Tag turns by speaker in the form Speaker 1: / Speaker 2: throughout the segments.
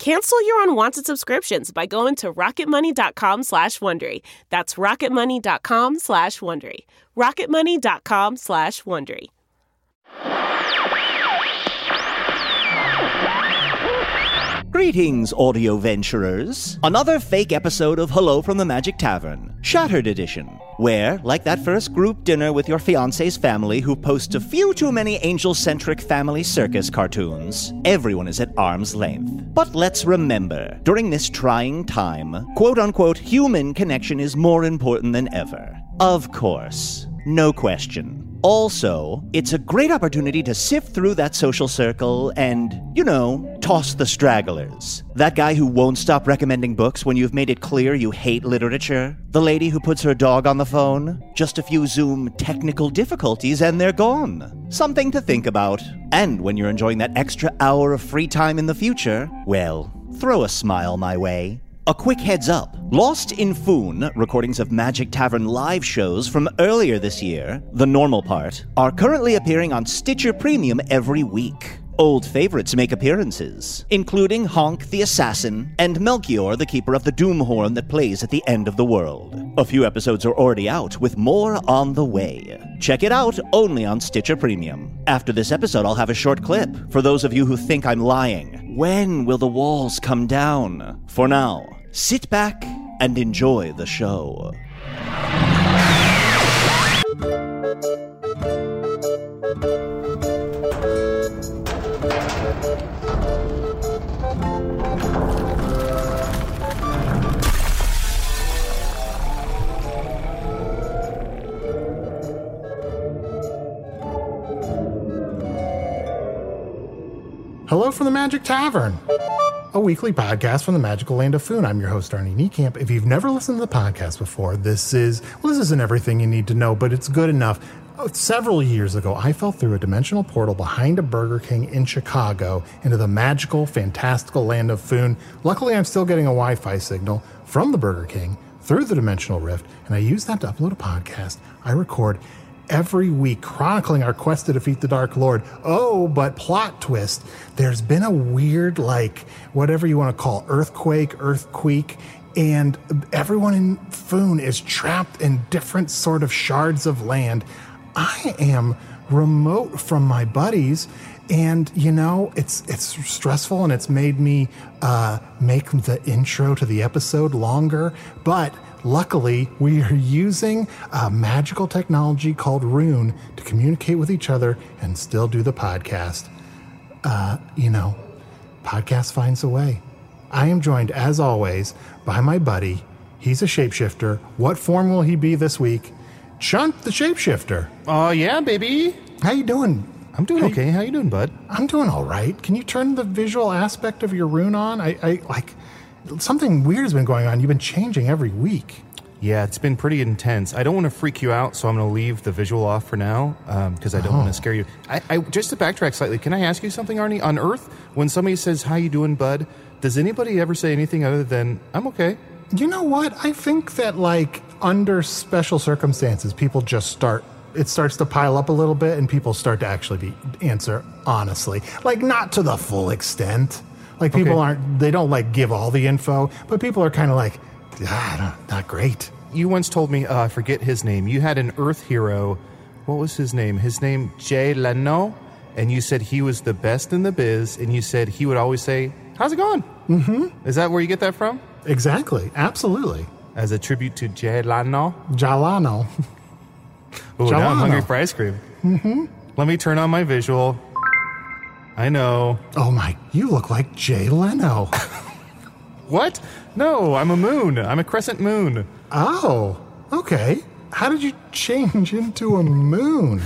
Speaker 1: Cancel your unwanted subscriptions by going to rocketmoney.com slash Wondery. That's rocketmoney.com slash Wondery. rocketmoney.com slash Wondery.
Speaker 2: Greetings, audio venturers. Another fake episode of Hello from the Magic Tavern, Shattered Edition, where, like that first group dinner with your fiance's family who posts a few too many angel centric family circus cartoons, everyone is at arm's length. But let's remember, during this trying time, quote unquote human connection is more important than ever. Of course. No question. Also, it's a great opportunity to sift through that social circle and, you know, toss the stragglers. That guy who won't stop recommending books when you've made it clear you hate literature. The lady who puts her dog on the phone. Just a few Zoom technical difficulties and they're gone. Something to think about. And when you're enjoying that extra hour of free time in the future, well, throw a smile my way. A quick heads up Lost in Foon, recordings of Magic Tavern live shows from earlier this year, the normal part, are currently appearing on Stitcher Premium every week. Old favorites make appearances, including Honk the Assassin and Melchior the Keeper of the Doomhorn that plays at the end of the world. A few episodes are already out, with more on the way. Check it out only on Stitcher Premium. After this episode, I'll have a short clip for those of you who think I'm lying. When will the walls come down? For now, sit back and enjoy the show.
Speaker 3: Hello from the Magic Tavern, a weekly podcast from the magical land of Foon. I'm your host, Arnie Niekamp. If you've never listened to the podcast before, this is, well, this isn't everything you need to know, but it's good enough. Oh, Several years ago, I fell through a dimensional portal behind a Burger King in Chicago into the magical, fantastical land of Foon. Luckily, I'm still getting a Wi Fi signal from the Burger King through the dimensional rift, and I use that to upload a podcast I record every week chronicling our quest to defeat the Dark Lord. Oh, but plot twist. There's been a weird, like, whatever you want to call it, earthquake, earthquake, and everyone in Foon is trapped in different sort of shards of land. I am remote from my buddies and you know it's it's stressful and it's made me uh, make the intro to the episode longer but luckily we are using a magical technology called rune to communicate with each other and still do the podcast uh, you know podcast finds a way i am joined as always by my buddy he's a shapeshifter what form will he be this week chunt the shapeshifter
Speaker 4: Oh yeah, baby.
Speaker 3: how you doing
Speaker 4: I'm doing okay. How you doing, bud?
Speaker 3: I'm doing all right. Can you turn the visual aspect of your rune on? I, I like something weird has been going on. You've been changing every week.
Speaker 4: Yeah, it's been pretty intense. I don't want to freak you out, so I'm going to leave the visual off for now because I don't
Speaker 3: Oh.
Speaker 4: want to scare you. I, I just to backtrack slightly. Can I ask you something, Arnie? On Earth, when somebody says "How you doing, bud," does anybody ever say anything other than "I'm okay"?
Speaker 3: You know what? I think that like under special circumstances, people just start it starts to pile up a little bit and people start to actually be answer honestly. Like not to the full extent. Like people
Speaker 4: Okay.
Speaker 3: aren't they don't like give all the info, but people are kind of like ah, I don't- not great.
Speaker 4: You once told me uh, I forget his name. You had an Earth hero. What was his name? His name Jay Leno, and you said he was the best in the biz, and you said he would always say, "How's it going?" Mm-hmm. Is that where you get that from?
Speaker 3: Exactly. Absolutely.
Speaker 4: As a tribute to Jay Leno.
Speaker 3: Jalano.
Speaker 4: Ooh, now I'm
Speaker 3: Jalano.
Speaker 4: hungry for ice cream. Mm-hmm. Let me turn on my visual. I know.
Speaker 3: Oh my, you look like Jay Leno.
Speaker 4: What? No, I'm a moon. I'm a crescent moon.
Speaker 3: Oh, okay. How did you change into a moon?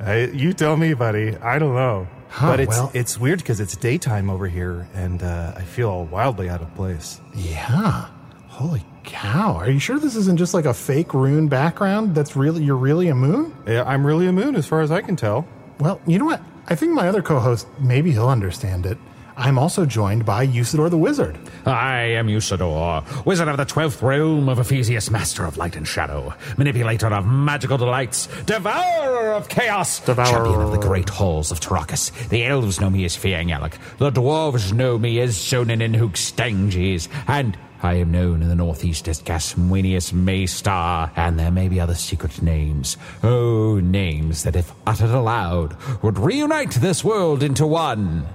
Speaker 4: I, you tell me, buddy. I don't know.
Speaker 3: Huh,
Speaker 4: but it's
Speaker 3: well-
Speaker 4: it's weird because it's daytime over here, and uh, I feel all wildly out of place.
Speaker 3: Yeah. Holy cow. Are you sure this isn't just like a fake rune background that's really, you're really a moon?
Speaker 4: Yeah, I'm really a moon, as far as I can tell.
Speaker 3: Well, you know what? I think my other co host, maybe he'll understand it. I'm also joined by Usador the Wizard.
Speaker 5: I am Usador, wizard of the twelfth realm of Ephesius, master of light and shadow, manipulator of magical delights, devourer of chaos,
Speaker 3: Devourer.
Speaker 5: champion of the great halls of Tarakas. The elves know me as Fiangyalak, the dwarves know me as Zonin and Hookstanges, and I am known in the northeast as Gasmuinius Maystar, and there may be other secret names. Oh, names that, if uttered aloud, would reunite this world into one.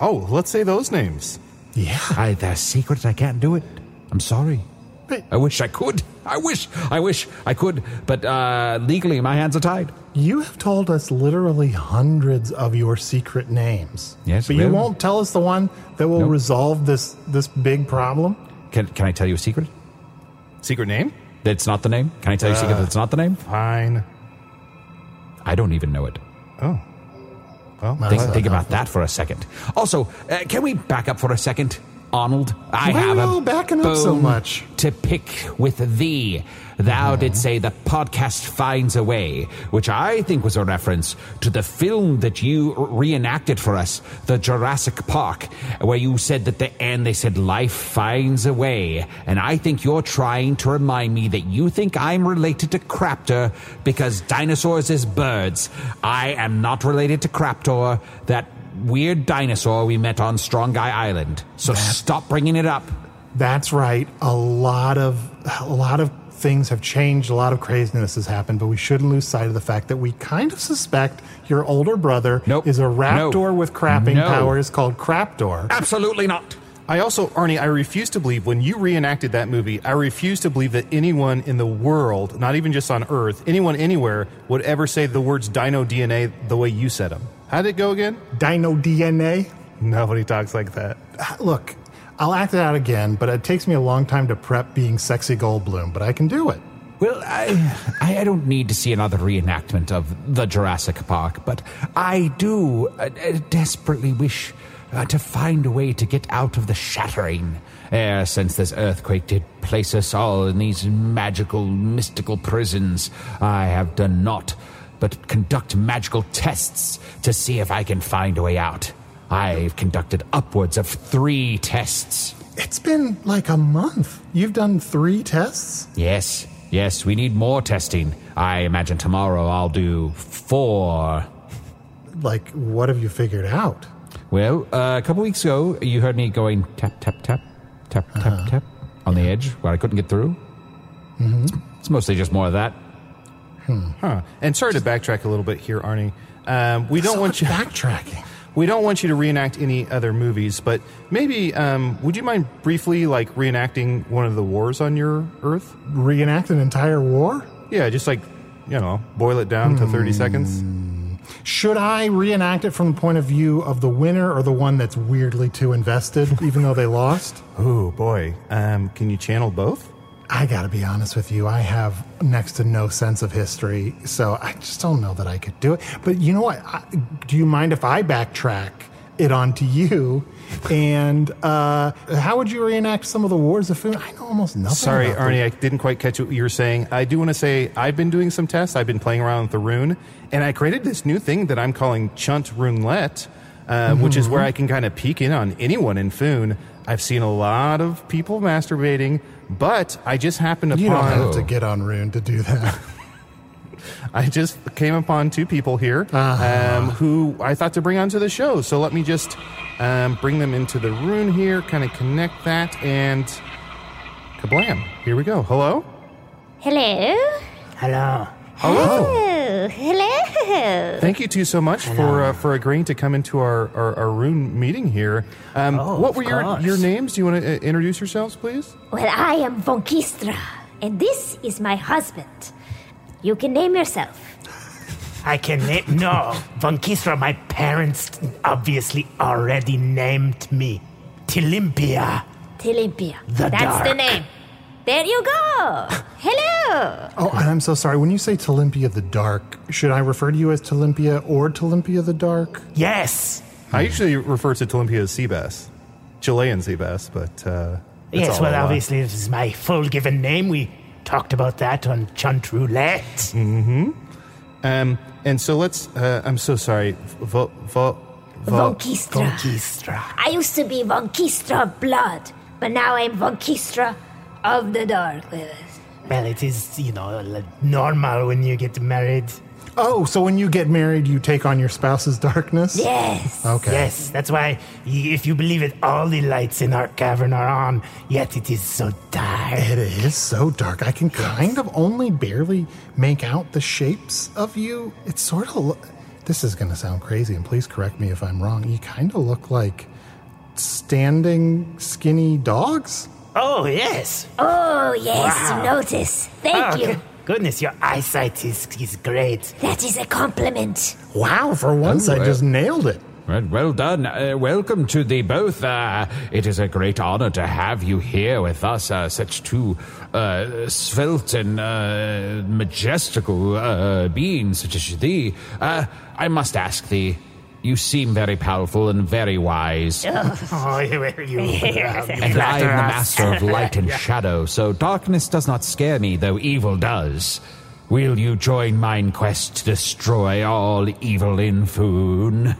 Speaker 4: Oh, let's say those names.
Speaker 3: Yeah.
Speaker 5: I there's secret I can't do it. I'm sorry.
Speaker 3: But-
Speaker 5: I wish I could. I wish. I wish I could. But uh, legally, my hands are tied.
Speaker 3: You have told us literally hundreds of your secret names.
Speaker 5: Yes,
Speaker 3: But
Speaker 5: we
Speaker 3: you
Speaker 5: have.
Speaker 3: won't tell us the one that will
Speaker 5: Nope.
Speaker 3: resolve this this big problem?
Speaker 5: Can Can I tell you a secret?
Speaker 4: Secret name? Uh,
Speaker 5: That's not the name. Can I tell you a secret that's not the name?
Speaker 4: Fine.
Speaker 5: I don't even know it.
Speaker 4: Oh. Well,
Speaker 5: Think,
Speaker 4: I-
Speaker 5: think about that for a second. Also, uh, can we back up for a second, Arnold? I
Speaker 3: Why are
Speaker 5: have
Speaker 3: you all
Speaker 5: a
Speaker 3: backing up so
Speaker 5: bone
Speaker 3: much?
Speaker 5: to pick with thee. Thou didst say the podcast finds a way, which I think was a reference to the film that you reenacted for us, the Jurassic Park, where you said that the end they said life finds a way, and I think you're trying to remind me that you think I'm related to Craptor because dinosaurs is birds. I am not related to Craptor. That weird dinosaur we met on Strong Guy Island. So stop bringing it up.
Speaker 3: That's right. A lot of a lot of things have changed. A lot of craziness has happened, but we shouldn't lose sight of the fact that we kind of suspect your older brother
Speaker 5: Nope.
Speaker 3: is a raptor
Speaker 5: No.
Speaker 3: with crapping
Speaker 5: No.
Speaker 3: powers called Craptor.
Speaker 5: Absolutely not.
Speaker 4: I also, Arnie, I refuse to believe when you reenacted that movie, I refuse to believe that anyone in the world, not even just on Earth, anyone anywhere would ever say the words dino DNA the way you said them. How'd it go again?
Speaker 3: Dino DNA.
Speaker 4: Nobody talks like that.
Speaker 3: Look, I'll act it out again, but it takes me a long time to prep being sexy Goldblum, but I can do it.
Speaker 5: Well, I, I I don't need to see another reenactment of the Jurassic Park, but I do uh, uh, desperately wish uh, to find a way to get out of the shattering. E'er since this earthquake did place us all in these magical, mystical prisons, I have done naught but conduct magical tests to see if I can find a way out. I've conducted upwards of three tests.
Speaker 3: It's been like a month. You've done three tests?
Speaker 5: Yes, yes, we need more testing. I imagine tomorrow I'll do four.
Speaker 3: Like, what have you figured out?
Speaker 5: Well, uh, a couple weeks ago, you heard me going tap, tap, tap, tap, tap, tap on the edge where I couldn't get through. Mm-hmm. It's, it's mostly just more of that.
Speaker 3: Hmm.
Speaker 4: Huh. And sorry to backtrack a little bit here, Arnie. Um, we don't
Speaker 3: So
Speaker 4: want
Speaker 3: much
Speaker 4: you.
Speaker 3: backtracking.
Speaker 4: We don't want you to reenact any other movies, but maybe um, would you mind briefly like reenacting one of the wars on your Earth?
Speaker 3: Reenact an entire war?
Speaker 4: Yeah, just like you know, boil it down to
Speaker 3: Hmm.
Speaker 4: thirty seconds.
Speaker 3: Should I reenact it from the point of view of the winner or the one that's weirdly too invested, even though they lost?
Speaker 4: Oh boy, um, can you channel both?
Speaker 3: I gotta be honest with you, I have next to no sense of history, so I just don't know that I could do it. But you know what? I, do you mind if I backtrack it onto you. And uh, how would you reenact some of the wars of food? I know almost nothing.
Speaker 4: Sorry,
Speaker 3: about them.
Speaker 4: Arnie, I didn't quite catch what you were saying. I do want to say I've been doing some tests. I've been playing around with the rune, and I created this new thing that I'm calling Chunt Runelette, uh,
Speaker 3: Mm-hmm,
Speaker 4: which is where I can kind of peek in on anyone in Foon. I've seen a lot of people masturbating, but I Oh. just happened upon.
Speaker 3: You don't have to get on Rune to do that.
Speaker 4: I just came upon two people here
Speaker 3: Ah.
Speaker 4: um, who I thought to bring onto the show. So let me just um, bring them into the room here, kind of connect that, and kablam! Here we go. Hello.
Speaker 6: Hello?
Speaker 7: Hello.
Speaker 4: Hello.
Speaker 6: Oh, hello.
Speaker 4: Thank you two so much for uh, for agreeing to come into our our, our room meeting here. Um,
Speaker 7: Oh,
Speaker 4: what
Speaker 7: of
Speaker 4: were your
Speaker 7: course.
Speaker 4: your names? Do you want to uh, introduce yourselves, please?
Speaker 6: Well, I am Von Kistra, and this is my husband. You can name yourself.
Speaker 7: I can name. No. Von Kisra, my parents obviously already named me. Tilimpia.
Speaker 6: Tilimpia.
Speaker 7: The
Speaker 6: That's the
Speaker 7: dark.
Speaker 6: name. There you go. Hello.
Speaker 3: oh, and I'm so sorry. When you say Talimpia the Dark, should I refer to you as Talimpia or Talimpia the Dark?
Speaker 7: Yes.
Speaker 4: I usually refer to Tolimpia as sea bass, Chilean sea bass, but uh, it's
Speaker 7: yes,
Speaker 4: all
Speaker 7: well,
Speaker 4: I want.
Speaker 7: obviously, this is my full given name. We talked about that on Chunt Roulette.
Speaker 4: Mm-hmm. Um, and so let's. Uh, I'm so sorry. Vo, vo,
Speaker 6: Von
Speaker 4: vo,
Speaker 7: Von
Speaker 6: Kistra.
Speaker 7: Kisra.
Speaker 6: I used to be Von Kistra of blood, but now I'm Von Kistra of the dark.
Speaker 7: Well, it is, you know, l- normal when you get married.
Speaker 3: Oh, so when you get married, you take on your spouse's darkness?
Speaker 6: Yes.
Speaker 3: Okay.
Speaker 7: Yes, that's why, y- if you believe it, all the lights in our cavern are on, yet it is so dark.
Speaker 3: It is so dark. I can kind of only barely make out the shapes of you. It's sort of. lo- This is going to sound crazy, and please correct me if I'm wrong. You kind of look like standing skinny dogs.
Speaker 7: Oh, yes.
Speaker 6: Oh, yes, you
Speaker 7: Wow.
Speaker 6: notice. Thank
Speaker 7: Oh, okay.
Speaker 6: you.
Speaker 7: Goodness, your eyesight is, is great.
Speaker 6: That is a compliment.
Speaker 3: Wow, for once I
Speaker 5: wow.
Speaker 3: just nailed it.
Speaker 5: Well, Oh, well done. Uh, welcome to the both. Uh, it is a great honor to have you here with us, uh, such two uh, svelte and uh, majestical uh, beings such as thee. Uh, I must ask thee, you seem very powerful and very wise.
Speaker 7: Oh, where are you?
Speaker 5: and I am the master of light and
Speaker 7: Yeah.
Speaker 5: shadow, so darkness does not scare me, though evil does. Will you join mine quest to destroy all evil in Foon?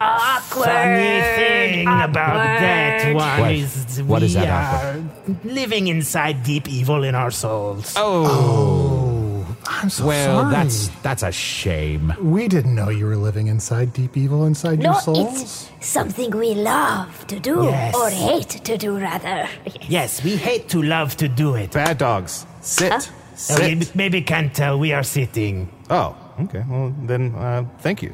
Speaker 6: Awkward.
Speaker 7: Funny thing about that one
Speaker 5: What?
Speaker 7: is
Speaker 5: What
Speaker 7: we
Speaker 5: is that,
Speaker 7: are living inside deep evil in our souls.
Speaker 5: Oh.
Speaker 7: Oh.
Speaker 3: I'm so
Speaker 5: Well,
Speaker 3: sorry.
Speaker 5: that's that's a shame.
Speaker 3: We didn't know you were living inside deep evil inside
Speaker 6: No,
Speaker 3: your souls.
Speaker 6: it's something we love to do,
Speaker 7: Yes.
Speaker 6: or hate to do, rather.
Speaker 7: Yes, we hate to love to do it.
Speaker 4: bad dogs. Sit.
Speaker 7: We
Speaker 4: Sit.
Speaker 7: maybe can't tell we are sitting.
Speaker 4: Oh, okay. Well, then, uh, thank you.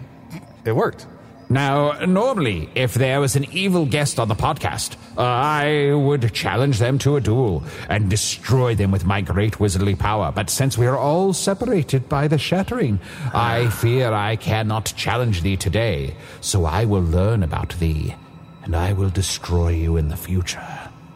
Speaker 4: It worked.
Speaker 5: Now, normally, if there was an evil guest on the podcast, uh, I would challenge them to a duel and destroy them with my great wizardly power. But since we are all separated by the shattering, I fear I cannot challenge thee today. So I will learn about thee, and I will destroy you in the future.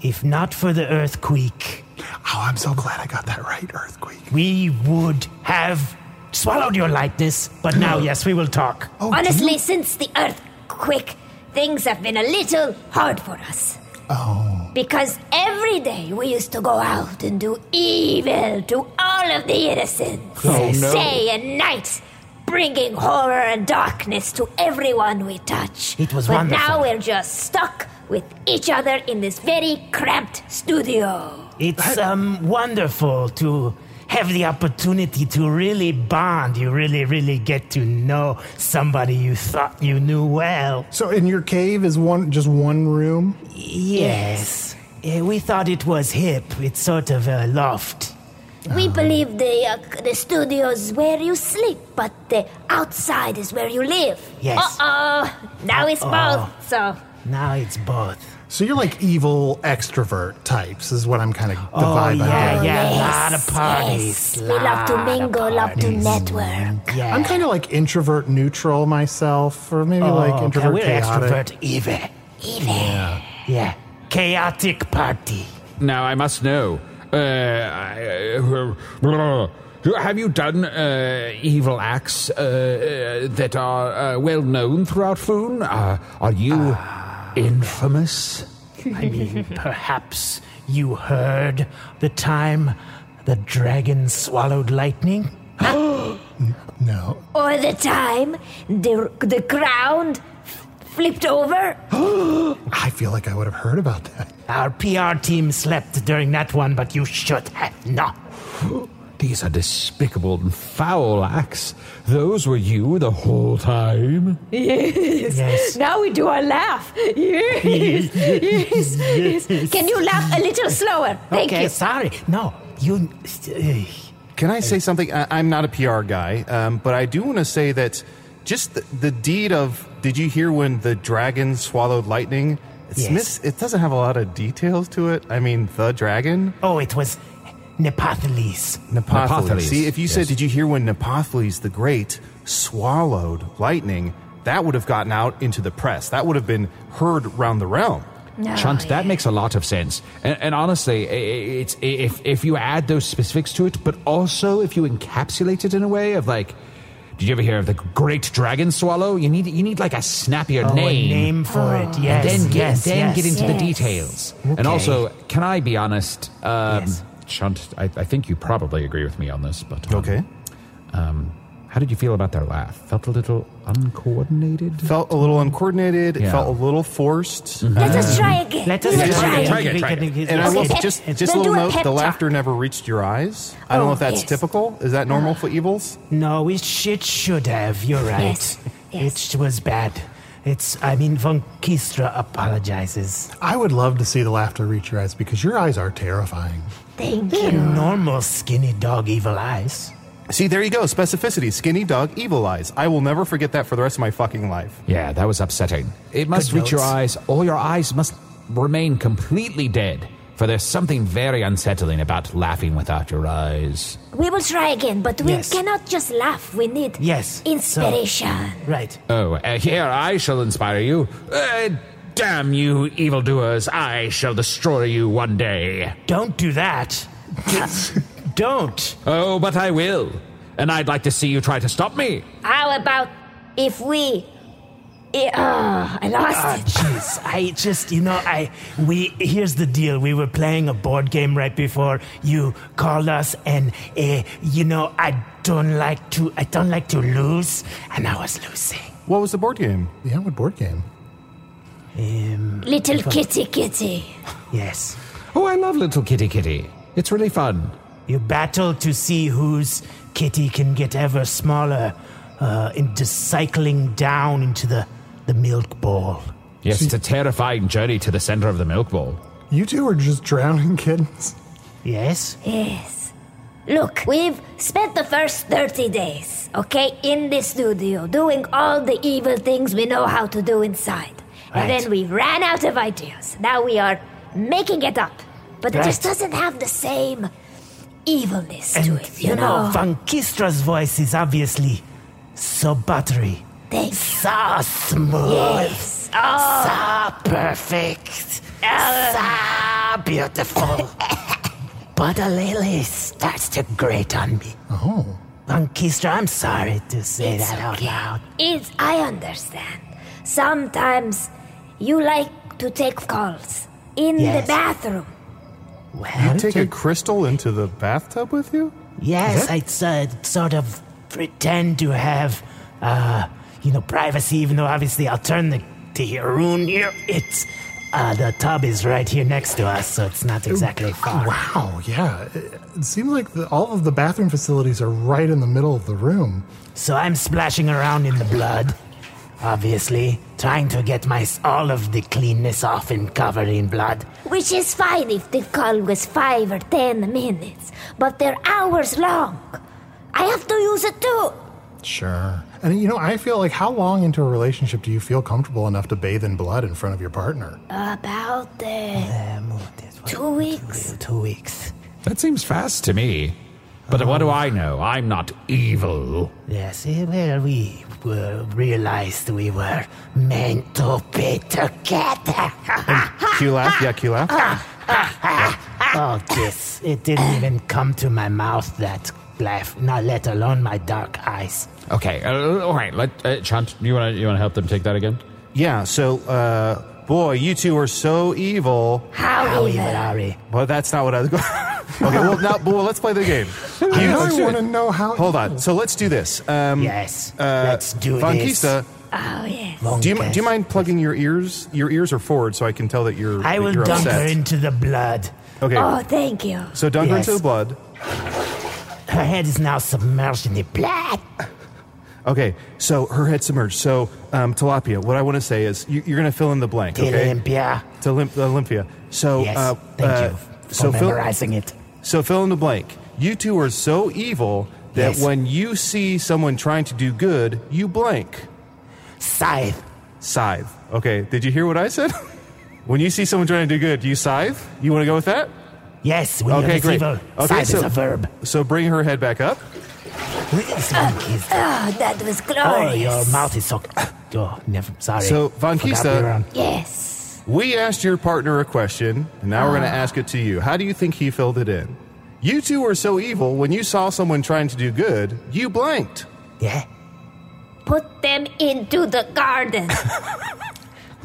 Speaker 7: If not for the earthquake,
Speaker 3: Oh, I'm so glad I got that right, Earthquake.
Speaker 7: we would have swallowed your lightness. But now, yes, we will talk.
Speaker 3: Oh, do
Speaker 6: Honestly,
Speaker 3: you-
Speaker 6: since the earthquake, things have been a little hard for us. Oh. Because every day we used to go out and do evil to all of the innocents.
Speaker 5: Oh, no.
Speaker 6: Day and night, bringing horror and darkness to everyone we touch.
Speaker 7: It was
Speaker 6: but
Speaker 7: wonderful.
Speaker 6: now we're just stuck with each other in this very cramped studio.
Speaker 7: It's um, wonderful to have the opportunity to really bond. You really, really get to know somebody you thought you knew well.
Speaker 3: so in your cave is one just one room?
Speaker 7: Yes. Eh, we thought it was hip. It's sort of a loft.
Speaker 6: We
Speaker 7: Uh-huh.
Speaker 6: believe the uh, the studio's where you sleep, but the outside is where you live.
Speaker 7: Yes.
Speaker 6: Uh oh. Now it's both. So
Speaker 7: Now it's both.
Speaker 3: So you're like evil extrovert types is what I'm kind of the
Speaker 7: Oh,
Speaker 3: vibe I'm
Speaker 7: yeah,
Speaker 3: getting.
Speaker 7: yeah.
Speaker 6: yes,
Speaker 7: lot of parties.
Speaker 6: yes. We love to
Speaker 7: lot of
Speaker 6: mingle, love to
Speaker 7: parties.
Speaker 6: network.
Speaker 7: Yeah. Oh,
Speaker 3: I'm kind of like introvert neutral myself, or maybe like
Speaker 7: okay,
Speaker 3: introvert
Speaker 7: we're
Speaker 3: chaotic.
Speaker 7: extrovert evil.
Speaker 6: Even.
Speaker 7: Yeah. Chaotic party.
Speaker 5: Now I must know. Uh, I- uh, have you done uh, evil acts uh, uh, that are uh, well known throughout Foon? Uh, are you infamous?
Speaker 7: I mean, perhaps you heard the time the dragon swallowed lightning?
Speaker 3: No.
Speaker 6: Or the time the, the crown flipped over?
Speaker 3: I feel like I would have heard about that.
Speaker 7: Our PR team slept during that one, but you should have not.
Speaker 5: These are despicable and foul acts. Those were you the whole time.
Speaker 7: Yes.
Speaker 8: Now we do our laugh. Yes, yes, yes.
Speaker 6: Can you laugh a little slower? Thank
Speaker 7: okay,
Speaker 6: you.
Speaker 7: sorry. No, you. uh,
Speaker 4: Can I say something? I, I'm not a PR guy, um, but I do want to say that just the, the deed of did you hear when the dragon swallowed lightning? It's
Speaker 7: Yes.
Speaker 4: miss, it doesn't have a lot of details to it. I mean, the dragon.
Speaker 7: Oh, it was Nepathalis.
Speaker 5: Nepathalis,
Speaker 4: See, if you said,
Speaker 5: yes.
Speaker 4: "Did you hear when Nepathalis the Great swallowed lightning?" That would have gotten out into the press. That would have been heard round the realm.
Speaker 6: No,
Speaker 5: Chunt, that
Speaker 6: yeah.
Speaker 5: makes a lot of sense. And, and honestly, i- i- it's i- if if you add those specifics to it, but also if you encapsulate it in a way of like, did you ever hear of the Great Dragon Swallow? You need you need like a snappier
Speaker 7: Oh, a
Speaker 5: name.
Speaker 7: name for it. Yes.
Speaker 5: then get
Speaker 7: yes,
Speaker 5: then
Speaker 7: yes.
Speaker 5: get into the
Speaker 6: yes.
Speaker 5: details. And
Speaker 7: Okay.
Speaker 5: also, can I be honest? Um,
Speaker 7: Yes.
Speaker 5: Chunt, I, I think you probably agree with me on this, but um,
Speaker 4: Okay.
Speaker 5: How did you feel about their laugh? Felt a little uncoordinated.
Speaker 4: Felt a little uncoordinated. It
Speaker 5: Yeah. Mm-hmm.
Speaker 4: felt a little forced.
Speaker 6: Let us try again.
Speaker 7: Let us
Speaker 4: Yeah,
Speaker 7: try,
Speaker 4: try
Speaker 7: it.
Speaker 4: again, try
Speaker 5: again, try
Speaker 7: We can-
Speaker 4: And I
Speaker 6: Okay,
Speaker 4: will
Speaker 6: pep-
Speaker 4: just
Speaker 6: let's
Speaker 4: just a
Speaker 6: do
Speaker 4: little
Speaker 6: a
Speaker 4: note:
Speaker 6: pep
Speaker 4: the
Speaker 6: talk.
Speaker 4: laughter never reached your eyes. I don't know
Speaker 6: Oh,
Speaker 4: if that's
Speaker 6: yes.
Speaker 4: typical. Is that normal for evils?
Speaker 7: No, it, sh- it should have. You're right.
Speaker 6: Yes, yes.
Speaker 7: It was bad. It's, I mean, Von Kistra apologizes.
Speaker 3: I would love to see the laughter reach your eyes because your eyes are terrifying.
Speaker 6: Thank you.
Speaker 7: Normal skinny dog evil eyes.
Speaker 4: See, there you go. Specificity: skinny dog, evil eyes. I will never forget that for the rest of my fucking life.
Speaker 5: Yeah, that was upsetting. It must
Speaker 7: Good
Speaker 5: reach your eyes,
Speaker 7: notes.
Speaker 5: or your eyes must remain completely dead. For there's something very unsettling about laughing without your eyes.
Speaker 6: We will try again, but we
Speaker 7: Yes.
Speaker 6: cannot just laugh. We need
Speaker 7: Yes, so-
Speaker 6: inspiration.
Speaker 7: Right.
Speaker 5: Oh, uh, here I shall inspire you. Uh, damn you, evildoers! I shall destroy you one day.
Speaker 7: Don't do that. Don't.
Speaker 5: Oh, but I will, and I'd like to see you try to stop me.
Speaker 6: How about if we? Eh, ah, I lost
Speaker 7: Ah,
Speaker 6: it.
Speaker 7: jeez. I just, you know, I, we, here's the deal. We were playing a board game right before you called us, and, uh, you know, I don't like to, I don't like to lose, and I was losing.
Speaker 4: What was the board game?
Speaker 3: Yeah, what board game?
Speaker 7: Um,
Speaker 6: Little kitty kitty.
Speaker 7: yes.
Speaker 5: Oh, I love little kitty kitty. It's really fun.
Speaker 7: You battle to see whose kitty can get ever smaller, uh, into cycling down into the, the milk bowl.
Speaker 5: Yes, it's a terrifying journey to the center of the milk bowl.
Speaker 3: You two are just drowning kittens.
Speaker 7: Yes?
Speaker 6: Yes. Look, we've spent the first 30 days, okay, in this studio, doing all the evil things we know how to do inside. And
Speaker 7: Right.
Speaker 6: then we ran out of ideas. Now we are making it up. But it just
Speaker 7: Right.
Speaker 6: doesn't have the same evilness to
Speaker 7: And,
Speaker 6: it, you know?
Speaker 7: Van Kistra's voice is obviously so buttery.
Speaker 6: Thanks.
Speaker 7: So smooth.
Speaker 6: Yes. Oh, Uh.
Speaker 7: So perfect. So beautiful. but a little starts to grate on me. Oh. Bankistra, I'm sorry to say
Speaker 6: It's
Speaker 7: that out loud.
Speaker 6: it's, I understand. Sometimes you like to take calls in
Speaker 7: Yes.
Speaker 6: the bathroom.
Speaker 7: Well,
Speaker 4: Take a crystal into the bathtub with you?
Speaker 7: yes, I uh, sort of pretend to have, uh, you know, privacy, even though obviously I'll turn the, to your room here. It's. Uh, the tub is right here next to us, so it's not exactly far.
Speaker 3: Wow, yeah. It, it seems like the, all of the bathroom facilities are right in the middle of the room.
Speaker 7: So I'm splashing around in the blood, obviously, trying to get my all of the cleanness off and covered in blood.
Speaker 6: Which is fine if the call was five or ten minutes, but they're hours long. I have to use it too.
Speaker 3: Sure. And you know, I feel like how long into a relationship do you feel comfortable enough to bathe in blood in front of your partner?
Speaker 6: About uh,
Speaker 7: Um, that's what-
Speaker 6: two weeks.
Speaker 7: Two weeks.
Speaker 5: That seems fast to me. But what do I know? I'm not evil.
Speaker 7: Yes, eh, well, we were realized we were meant to be together.
Speaker 4: Q laugh? Yeah, Q laugh?
Speaker 7: Oh, this. It didn't even come to my mouth, that laugh, not let alone my dark eyes.
Speaker 9: Okay, uh, all right. Let uh, Chant, you want to you want to help them take that again?
Speaker 4: Yeah. So, uh, boy, you two are so evil.
Speaker 6: How, evil?
Speaker 4: Well, that's not what I was going. okay. Well, now, well, let's play the game. You,
Speaker 3: I
Speaker 4: let's do
Speaker 3: want to
Speaker 4: it.
Speaker 3: know how.
Speaker 4: Hold on. So let's do this. Um,
Speaker 7: Yes.
Speaker 4: Uh,
Speaker 7: let's do
Speaker 4: Von
Speaker 7: this.
Speaker 4: Kista,
Speaker 6: Oh, yes.
Speaker 4: do you mi-
Speaker 7: Vonkis.
Speaker 4: do you mind plugging your ears? Your ears are forward, so I can tell that you're.
Speaker 7: I
Speaker 4: that
Speaker 7: will
Speaker 4: you're
Speaker 7: dunk her
Speaker 4: upset.
Speaker 7: into the blood.
Speaker 4: Okay.
Speaker 6: Oh, thank you.
Speaker 4: so dunk her
Speaker 7: Yes.
Speaker 4: into the blood.
Speaker 7: Her head is now submerged in the blood.
Speaker 4: Okay, so her head submerged. So, um, Tilapia, what I want to say is you, you're going to fill in the blank,
Speaker 7: Okay.
Speaker 4: okay?
Speaker 7: Olympia.
Speaker 4: To Olymp- Olympia. So,
Speaker 7: Yes.
Speaker 4: uh,
Speaker 7: thank
Speaker 4: uh,
Speaker 7: you for
Speaker 4: so fill,
Speaker 7: memorizing it.
Speaker 4: so fill in the blank. You two are so evil that
Speaker 7: Yes.
Speaker 4: when you see someone trying to do good, you blank.
Speaker 7: Scythe.
Speaker 4: Scythe. Okay, did you hear what I said? when you see someone trying to do good, you scythe? You want to go with that?
Speaker 7: Yes, when
Speaker 4: Okay,
Speaker 7: you're
Speaker 4: great.
Speaker 7: evil,
Speaker 4: Okay,
Speaker 7: scythe
Speaker 4: so-
Speaker 7: is a verb.
Speaker 4: So bring her head back up.
Speaker 7: This Vonkis.
Speaker 6: Oh, that was
Speaker 7: Oh,
Speaker 6: glorious.
Speaker 7: your mouth is so. Oh, never. Sorry.
Speaker 4: So, Von
Speaker 7: Forgot
Speaker 4: Kista-
Speaker 7: we were on-
Speaker 6: Yes.
Speaker 4: We asked your partner a question, and now we're going to ask it to you. How do you think he filled it in? You two are so evil. When you saw someone trying to do good, you blanked.
Speaker 7: Yeah.
Speaker 6: Put them into the garden.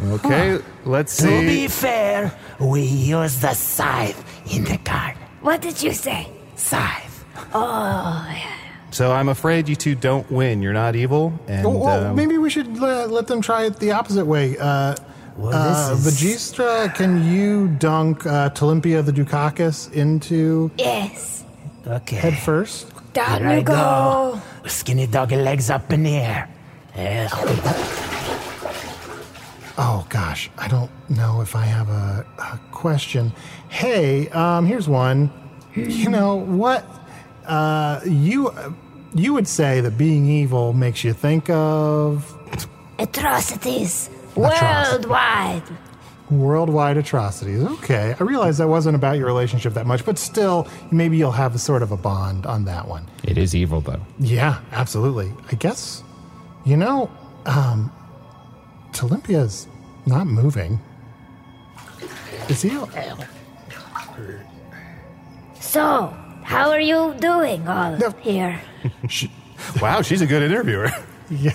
Speaker 4: Okay, let's
Speaker 7: To
Speaker 4: see.
Speaker 7: be fair, we use the scythe in the garden.
Speaker 6: what did you say? Oh,
Speaker 7: Scythe.
Speaker 4: So I'm afraid you two don't win. You're not evil, and
Speaker 3: Well, well,
Speaker 4: um,
Speaker 3: maybe we should let, let them try it the opposite way. Uh,
Speaker 7: Well,
Speaker 3: uh,
Speaker 7: this is-
Speaker 3: Vagistra, can you dunk uh, Talimpia the Dukakis into
Speaker 6: Yes.
Speaker 7: Okay.
Speaker 3: head first?
Speaker 6: Down
Speaker 7: Here I
Speaker 6: you go.
Speaker 7: go. Skinny doggy legs up in the air. Yeah.
Speaker 3: Oh gosh, I don't know if I have a, a question. Hey, um, here's one. You know what? Uh, you you would say that being evil makes you think of
Speaker 6: Atrocities.
Speaker 3: Atrocity.
Speaker 6: Worldwide.
Speaker 3: worldwide atrocities. Okay, I realize that wasn't about your relationship that much, but still, maybe you'll have a sort of a bond on that one.
Speaker 9: It is evil though.
Speaker 3: Yeah, absolutely. I guess, you know, um, Talympia's not moving. Is he?
Speaker 9: Uh,
Speaker 6: So, how are you doing all
Speaker 3: No.
Speaker 6: here?
Speaker 4: wow, she's a good interviewer
Speaker 3: Yeah.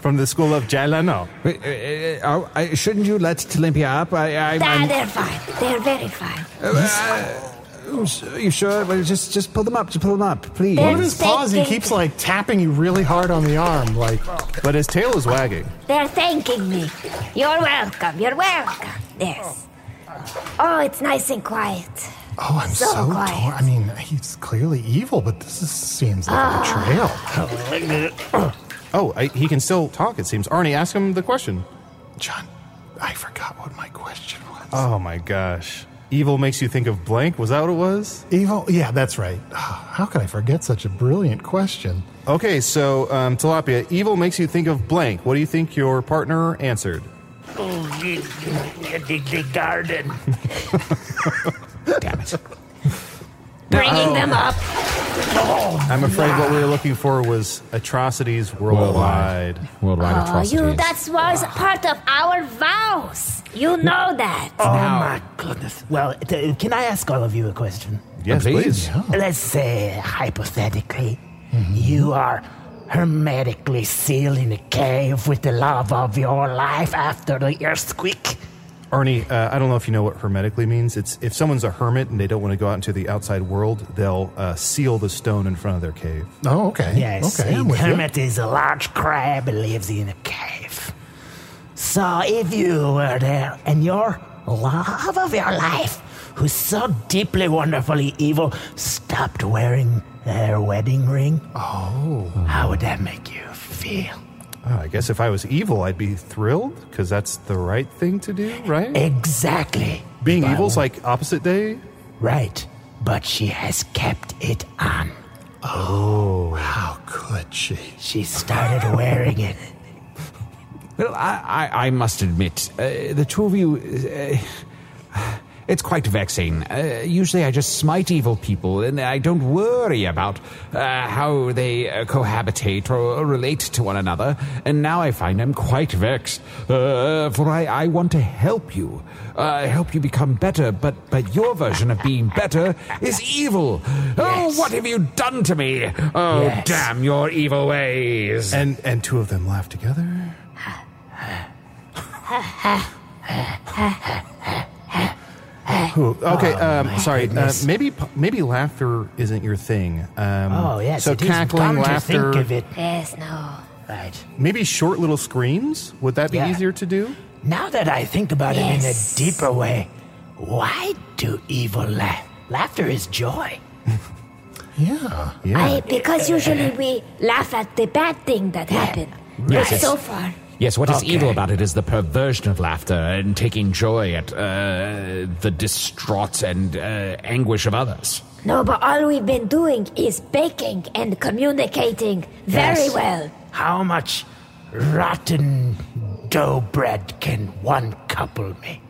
Speaker 4: from the school of Jalano.
Speaker 9: Wait, uh, uh, oh, I- shouldn't you let Talimpia up? I, I,
Speaker 6: Ah,
Speaker 9: I'm,
Speaker 6: they're fine. They're very fine.
Speaker 9: are Uh, you sure? Well, just just pull them up. Just pull them up, please.
Speaker 3: One of his paws, he
Speaker 6: Thank you.
Speaker 3: keeps like tapping you really hard on the arm. Like,
Speaker 4: But his tail is wagging.
Speaker 6: They're thanking me. You're welcome. You're welcome. Yes. Oh, it's nice and quiet.
Speaker 3: oh, I'm so,
Speaker 6: So quiet.
Speaker 3: torn. I mean, he's clearly evil, but this is, seems like a betrayal.
Speaker 4: Oh, I, he can still talk. It seems. Arnie, ask him the question.
Speaker 3: John, I forgot what my question was.
Speaker 4: Oh my gosh, evil makes you think of blank. Was that what it was?
Speaker 3: evil? Yeah, that's right. Ah, How could I forget such a brilliant question?
Speaker 4: Okay, so um, Tilapia, evil makes you think of blank. What do you think your partner answered?
Speaker 7: Dig the garden.
Speaker 9: Damn it.
Speaker 6: Bringing them up.
Speaker 4: Oh. I'm afraid what we were looking for was atrocities worldwide.
Speaker 9: Worldwide
Speaker 6: Oh,
Speaker 9: atrocities.
Speaker 6: you, that was part of our vows. You know that.
Speaker 7: Oh my goodness. Well, t- can I ask all of you a question?
Speaker 4: Yes,
Speaker 9: Please.
Speaker 4: please.
Speaker 7: Let's say, hypothetically, you are hermetically sealed in a cave with the love of your life after the earthquake.
Speaker 4: Arnie, uh, I don't know if you know what hermetically means. It's if someone's a hermit and they don't want to go out into the outside world, they'll uh, seal the stone in front of their cave.
Speaker 3: Oh, okay.
Speaker 7: Yes,
Speaker 3: Okay, I'm
Speaker 7: a
Speaker 3: with you.
Speaker 7: hermit is a large crab and lives in a cave. So if you were there and your love of your life, who's so deeply, wonderfully evil, stopped wearing their wedding ring, oh, how would that make you feel?
Speaker 4: Oh, I guess if I was evil, I'd be thrilled because that's the right thing to do, right?
Speaker 7: Exactly.
Speaker 4: Being
Speaker 7: But-
Speaker 4: evil's like opposite day.
Speaker 7: Right, but she has kept it on.
Speaker 3: Oh, How could she?
Speaker 7: She started wearing it.
Speaker 9: Well, I, I, I must admit, uh, the two of you, uh,
Speaker 5: It's quite vexing. Uh, usually I just smite evil people and I don't worry about uh, how they uh, cohabitate or relate to one another. And now I find I'm quite vexed. Uh, for I, I want to help you. Uh, help you become better, but, but your version of being better is evil. Oh, what have you done to me? Oh,
Speaker 4: Yes.
Speaker 5: damn your evil ways.
Speaker 4: And and two of them laugh together. Who- okay, um, sorry. Uh,
Speaker 7: Oh, goodness.
Speaker 4: maybe maybe laughter isn't your thing. Um,
Speaker 7: Oh, yes.
Speaker 4: So
Speaker 7: it is.
Speaker 4: cackling,
Speaker 7: Come to
Speaker 4: laughter.
Speaker 7: think of it.
Speaker 6: Yes, no.
Speaker 7: Right.
Speaker 4: Maybe short little screams. Would that be
Speaker 7: Yeah.
Speaker 4: easier to do?
Speaker 7: Now that I think about
Speaker 6: Yes.
Speaker 7: it in a deeper way, why do evil laugh? Laughter is joy.
Speaker 3: Yeah.
Speaker 6: I, because usually we laugh at the bad thing that happened.
Speaker 5: Yes,
Speaker 6: But
Speaker 5: yes.
Speaker 6: so far.
Speaker 5: Yes, what is
Speaker 7: Okay.
Speaker 5: evil about it is the perversion of laughter and taking joy at uh, the distraught and uh, anguish of others.
Speaker 6: No, but all we've been doing is baking and communicating very
Speaker 7: Yes.
Speaker 6: well.
Speaker 7: How much rotten dough bread can one couple make?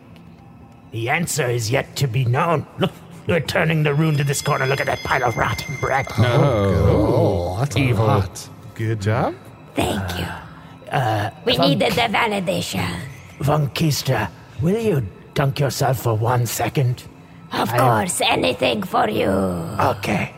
Speaker 7: The answer is yet to be known. Look, you're turning the room to this corner. Look at that pile of rotten bread.
Speaker 3: Oh, that's
Speaker 5: evil.
Speaker 3: a lot.
Speaker 4: Oh, Good job.
Speaker 6: Thank you. we needed the validation.
Speaker 7: Uh, Von Kistra, will you dunk yourself for one second?
Speaker 6: Of course, anything for you.
Speaker 4: Ah.
Speaker 7: Okay.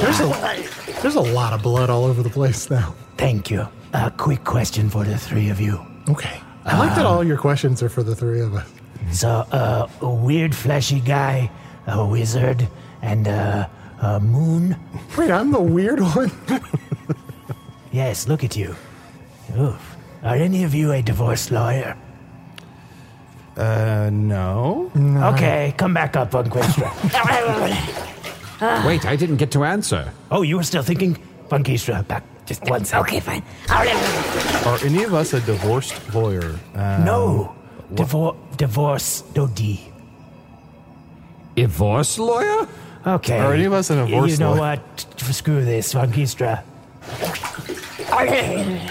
Speaker 3: There's a, there's a lot of blood all over the place now.
Speaker 7: Thank you. A quick question for the three of you.
Speaker 3: Okay. I like that all your questions are for the three of us.
Speaker 7: Um. So, uh, a weird fleshy guy, a wizard, and uh, a moon.
Speaker 3: Wait, I'm the weird one?
Speaker 7: Yes, look at you. Oof. Are any of you a divorce lawyer?
Speaker 4: Uh, no.
Speaker 7: Okay, come back up on Quistra.
Speaker 5: Wait, I didn't get to answer.
Speaker 7: oh, you were still thinking? Von Kistra, back just one second.
Speaker 6: Okay, fine.
Speaker 4: Are any of us a divorced lawyer? Uh,
Speaker 5: Um,
Speaker 7: No. Divor- divorce, no D.
Speaker 5: Divorce lawyer?
Speaker 7: Okay.
Speaker 4: Are any of us a divorce
Speaker 7: You know
Speaker 4: lawyer?
Speaker 7: what? F- Screw this, Von Kistra.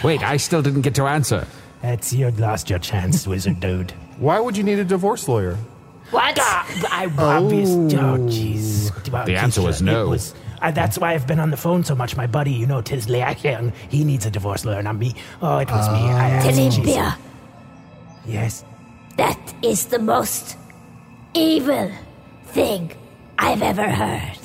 Speaker 5: Wait, I still didn't get to answer.
Speaker 7: That's you lost your chance, wizard dude.
Speaker 4: Why would you need a divorce lawyer?
Speaker 6: What?
Speaker 7: I obvious. Oh, jeez. Von
Speaker 5: The answer
Speaker 7: Kistra,
Speaker 5: was no.
Speaker 7: it I- that's why I've been on the phone so much. My buddy, you know, Tisley Akyang, he needs a divorce lawyer, not me. Oh, it was me.
Speaker 4: Ah.
Speaker 7: I asked Jesus.
Speaker 6: Olympia,
Speaker 7: Yes.
Speaker 6: that is the most evil thing I've ever heard.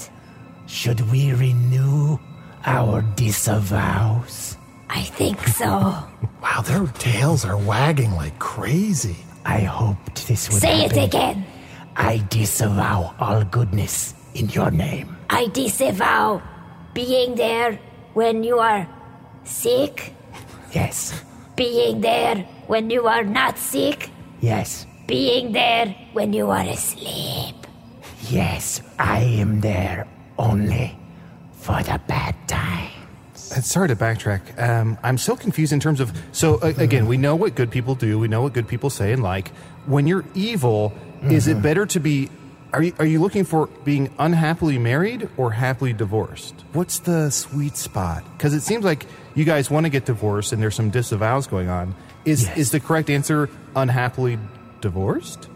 Speaker 7: Should we renew our disavows?
Speaker 6: I think so.
Speaker 3: Wow, their tails are wagging like crazy.
Speaker 7: I hoped this would
Speaker 6: Say it
Speaker 7: happen.
Speaker 6: again.
Speaker 7: I disavow all goodness in your name.
Speaker 6: I disavow being there when you are sick,
Speaker 7: Yes.
Speaker 6: being there when you are not sick,
Speaker 7: Yes.
Speaker 6: being there when you are asleep.
Speaker 7: Yes. I am there only for the bad time.
Speaker 4: Uh, Sorry to backtrack. Um, I'm so confused in terms of. So uh, again, we know what good people do. We know what good people say and like. When you're evil, is it better to be? Are you, are you looking for being unhappily married or happily divorced? What's the sweet spot? Because it seems like you guys want to get divorced, and there's some disavows going on. Is
Speaker 7: Yes.
Speaker 4: is the correct answer unhappily divorced?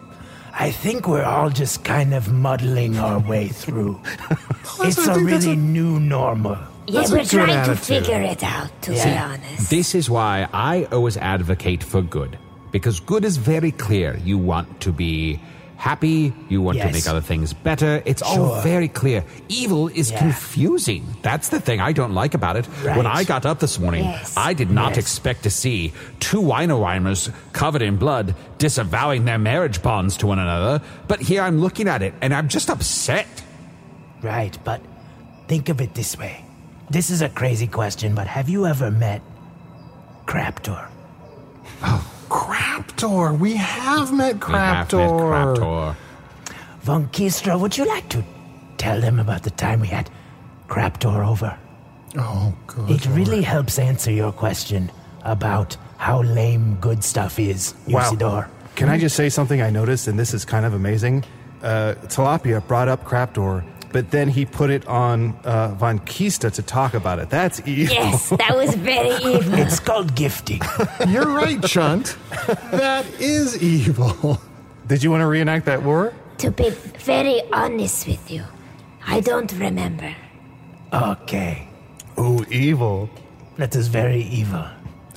Speaker 7: I think we're all just kind of muddling our way through. it's
Speaker 3: what I
Speaker 7: a
Speaker 3: think, that's
Speaker 7: really
Speaker 3: what-
Speaker 7: new normal.
Speaker 6: Yeah,
Speaker 3: That's a
Speaker 6: we're
Speaker 3: good
Speaker 6: trying to
Speaker 3: attitude.
Speaker 6: figure it out, to be honest.
Speaker 5: This is why I always advocate for good. Because good is very clear. You want to be happy, you want to
Speaker 7: Yes.
Speaker 5: make other things better. It's all
Speaker 7: Sure.
Speaker 5: very clear. Evil is
Speaker 7: Yeah.
Speaker 5: confusing. That's the thing I don't like about it. When
Speaker 7: Right.
Speaker 5: I got up this morning,
Speaker 6: Yes.
Speaker 5: I did not
Speaker 7: Yes.
Speaker 5: expect to see two wino rhymers covered in blood disavowing their marriage bonds to one another. But here I'm looking at it and I'm just upset.
Speaker 7: Right, but think of it this way. This is a crazy question, but have you ever met Craptor?
Speaker 3: Oh, Craptor. We have met Craptor.
Speaker 5: We have met Craptor.
Speaker 7: Von Kistra, would you like to tell them about the time we had Craptor over?
Speaker 3: Oh, good.
Speaker 7: It really helps answer your question about how lame good stuff is, Usador.
Speaker 4: Can I just say something I noticed, and this is kind of amazing? Uh, Tilapia brought up Crapdoor, but then he put it on uh, Von Kista to talk about it. That's evil.
Speaker 6: Yes, that was very evil.
Speaker 7: It's called gifting.
Speaker 3: You're right, Chunt. That is evil.
Speaker 4: Did you want to reenact that war?
Speaker 6: To be very honest with you, I don't remember.
Speaker 7: Okay.
Speaker 4: Ooh, evil.
Speaker 7: That is very evil.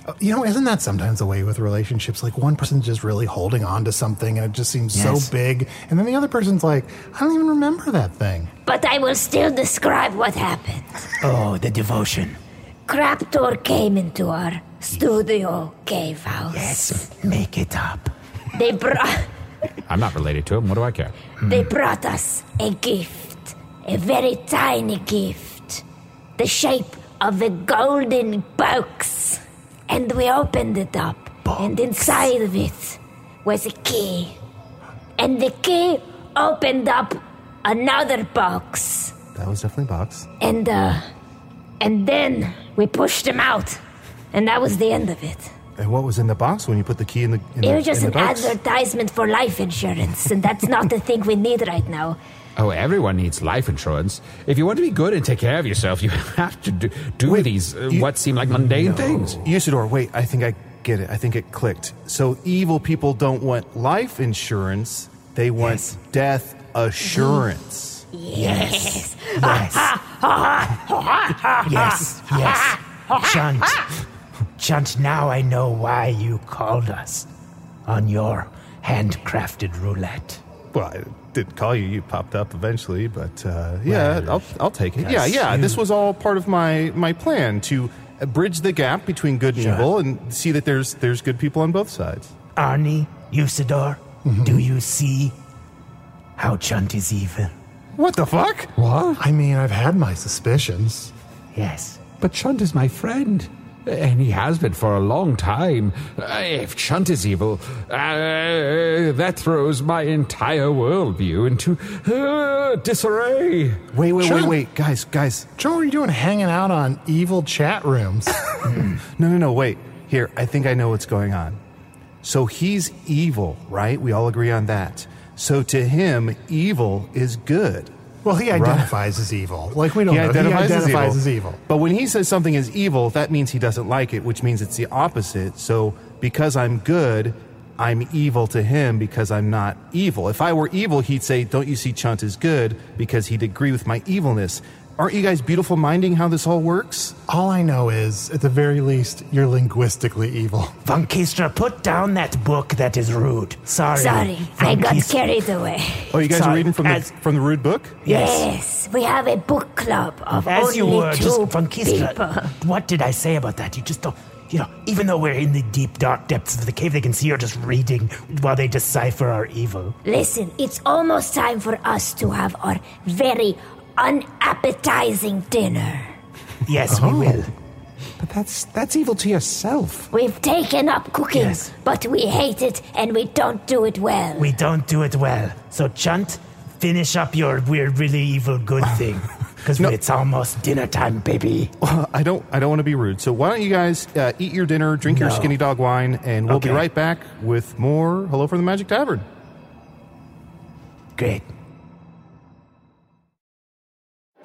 Speaker 3: Uh, You know, isn't that sometimes the way with relationships? Like one person's just really holding on to something and it just seems
Speaker 7: Yes.
Speaker 3: so big. And then the other person's like, I don't even remember that thing.
Speaker 6: But I will still describe what happened.
Speaker 7: Oh, the devotion.
Speaker 6: Craptor came into our studio cave house.
Speaker 7: Yes, make it up.
Speaker 6: They brought
Speaker 5: I'm not related to him. What do I care?
Speaker 6: they brought us a gift. A very tiny gift. The shape of a golden box. And we opened it up. And inside of it was a key. And the key opened up another box.
Speaker 4: That was definitely Box.
Speaker 6: And uh and then we pushed him out. And that was the end of it.
Speaker 4: And what was in the box when you put the key in the in
Speaker 6: It
Speaker 4: the,
Speaker 6: was just
Speaker 4: in
Speaker 6: an
Speaker 4: the box?
Speaker 6: advertisement for life insurance, and that's not the thing we need right now.
Speaker 5: Oh, everyone needs life insurance. If you want to be good and take care of yourself, you have to do, do these uh, what seem like mundane things.
Speaker 4: Usador, wait, I think I get it. I think it clicked. So evil people don't want life insurance, they want death assurance.
Speaker 7: Yes. Yes. yes. Yes. Chunt. Chunt, now I know why you called us on your handcrafted roulette.
Speaker 4: Well, I didn't call you. You popped up eventually, but uh, yeah, I'll, I'll take it. Yeah,
Speaker 7: yes,
Speaker 4: yeah.
Speaker 7: you-
Speaker 4: This was all part of my my plan to uh, bridge the gap between good and evil and see that there's there's good people on both sides.
Speaker 7: Arnie, Usador, do you see how Chunt is evil?
Speaker 4: What the fuck?
Speaker 5: What?
Speaker 3: I mean, I've had my suspicions.
Speaker 7: Yes.
Speaker 5: But Chunt is my friend. And he has been for a long time. Uh, If Chunt is evil, uh, that throws my entire worldview into uh, disarray.
Speaker 4: Wait, wait,
Speaker 3: Sure.
Speaker 4: wait, wait, guys, guys.
Speaker 3: John, what are you doing hanging out on evil chat rooms?
Speaker 4: No, no, no, wait. Here, I think I know what's going on. So he's evil, right? We all agree on that. So to him, evil is good.
Speaker 3: well, he identifies as evil. Like, we don't know. he identifies as evil.
Speaker 4: But when he says something is evil, that means he doesn't like it, which means it's the opposite. So because I'm good, I'm evil to him because I'm not evil. If I were evil, he'd say, Don't you see Chunt is good? because he'd agree with my evilness. Aren't you guys beautiful minding how this all works?
Speaker 3: All I know is, at the very least, you're linguistically evil.
Speaker 7: Funkistra, put down that book that is rude. Sorry.
Speaker 6: Sorry, I got
Speaker 7: Funkis-
Speaker 6: carried away.
Speaker 4: Oh, you guys are
Speaker 7: Sorry,
Speaker 4: reading from
Speaker 7: as-
Speaker 4: the from the rude book?
Speaker 7: Yes.
Speaker 6: we have a book club of
Speaker 7: As
Speaker 6: only
Speaker 7: you were,
Speaker 6: two
Speaker 7: just Funkistra.
Speaker 6: people.
Speaker 7: What did I say about that? You just don't. You know, even though we're in the deep, dark depths of the cave, they can see you're just reading while they decipher our evil.
Speaker 6: Listen, it's almost time for us to have our very unappetizing dinner.
Speaker 7: Yes, we will.
Speaker 5: Oh. But that's that's evil to yourself.
Speaker 6: We've taken up cooking,
Speaker 7: Yes.
Speaker 6: but we hate it and we don't do it well.
Speaker 7: We don't do it well. So, Chunt, finish up your we're really evil good thing. Because it's almost dinner time, baby.
Speaker 4: I don't. I don't want to be rude. So why don't you guys uh, eat your dinner, drink your
Speaker 7: No.
Speaker 4: skinny dog wine, and we'll be
Speaker 7: Okay.
Speaker 4: right back with more. Hello from the Magic Tavern.
Speaker 7: Great.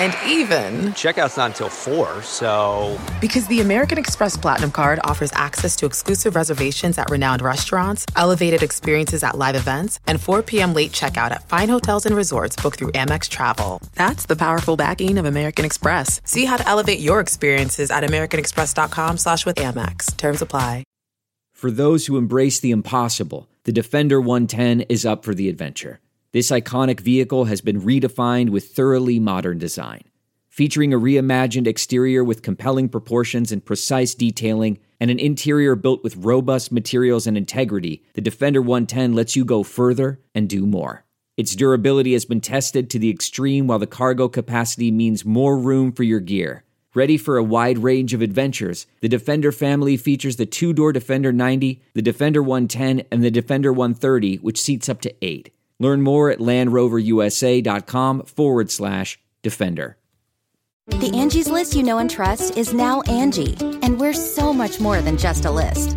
Speaker 10: and even.
Speaker 11: Checkout's not until four, so
Speaker 10: Because the American Express Platinum card offers access to exclusive reservations at renowned restaurants, elevated experiences at live events, and 4 p.m. late checkout at fine hotels and resorts booked through Amex Travel. That's the powerful backing of American Express. See how to elevate your experiences at americanexpress.com slash with Amex. Terms apply.
Speaker 12: For those who embrace the impossible, the Defender 110 is up for the adventure. This iconic vehicle has been redefined with thoroughly modern design. Featuring a reimagined exterior with compelling proportions and precise detailing, and an interior built with robust materials and integrity, the Defender 110 lets you go further and do more. Its durability has been tested to the extreme, while the cargo capacity means more room for your gear. Ready for a wide range of adventures, the Defender family features the two door Defender 90, the Defender 110, and the Defender 130, which seats up to eight. Learn more at LandRoverUSA.com forward slash Defender.
Speaker 13: The Angie's list you know and trust is now Angie, and we're so much more than just a list.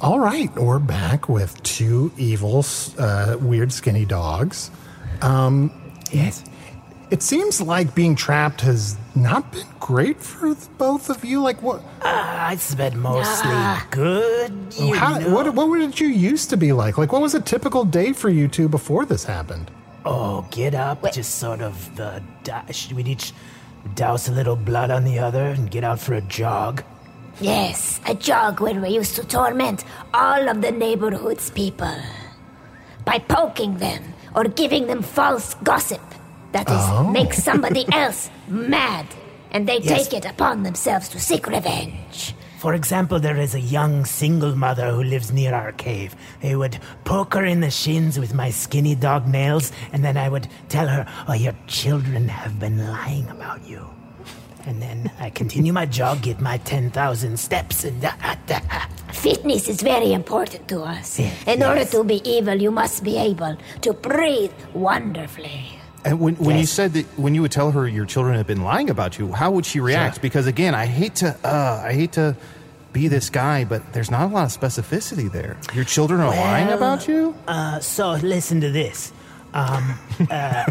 Speaker 3: All right, we're back with two evil, uh, weird, skinny dogs. Um, yes. It seems like being trapped has not been great for the both of you. Like what?
Speaker 6: Ah.
Speaker 7: I spent mostly Ah, good. You
Speaker 3: Oh, How,
Speaker 7: know.
Speaker 3: what? What did you used to be like? Like what was a typical day for you two before this happened?
Speaker 7: Oh, get up. Just sort of uh, dash. We'd each douse a little blood on the other and get out for a jog.
Speaker 6: Yes, a jog where we used to torment all of the neighborhood's people by poking them or giving them false gossip that is
Speaker 8: Oh.
Speaker 6: make somebody else mad and they
Speaker 7: Yes.
Speaker 6: take it upon themselves to seek revenge.
Speaker 7: For example, there is a young single mother who lives near our cave. I would poke her in the shins with my skinny dog nails, and then I would tell her, Oh, your children have been lying about you. And then I continue my jog, get my 10,000 steps, and da, da, da.
Speaker 6: Fitness is very important to us. In order to be evil, you must be able to breathe wonderfully.
Speaker 4: And when, when you said that when you would tell her your children had been lying about you, how would she react? Because again, I hate to uh, I hate to be this guy, but there's not a lot of specificity there. Your children are lying about you?
Speaker 7: Uh, so listen to this. Um, uh,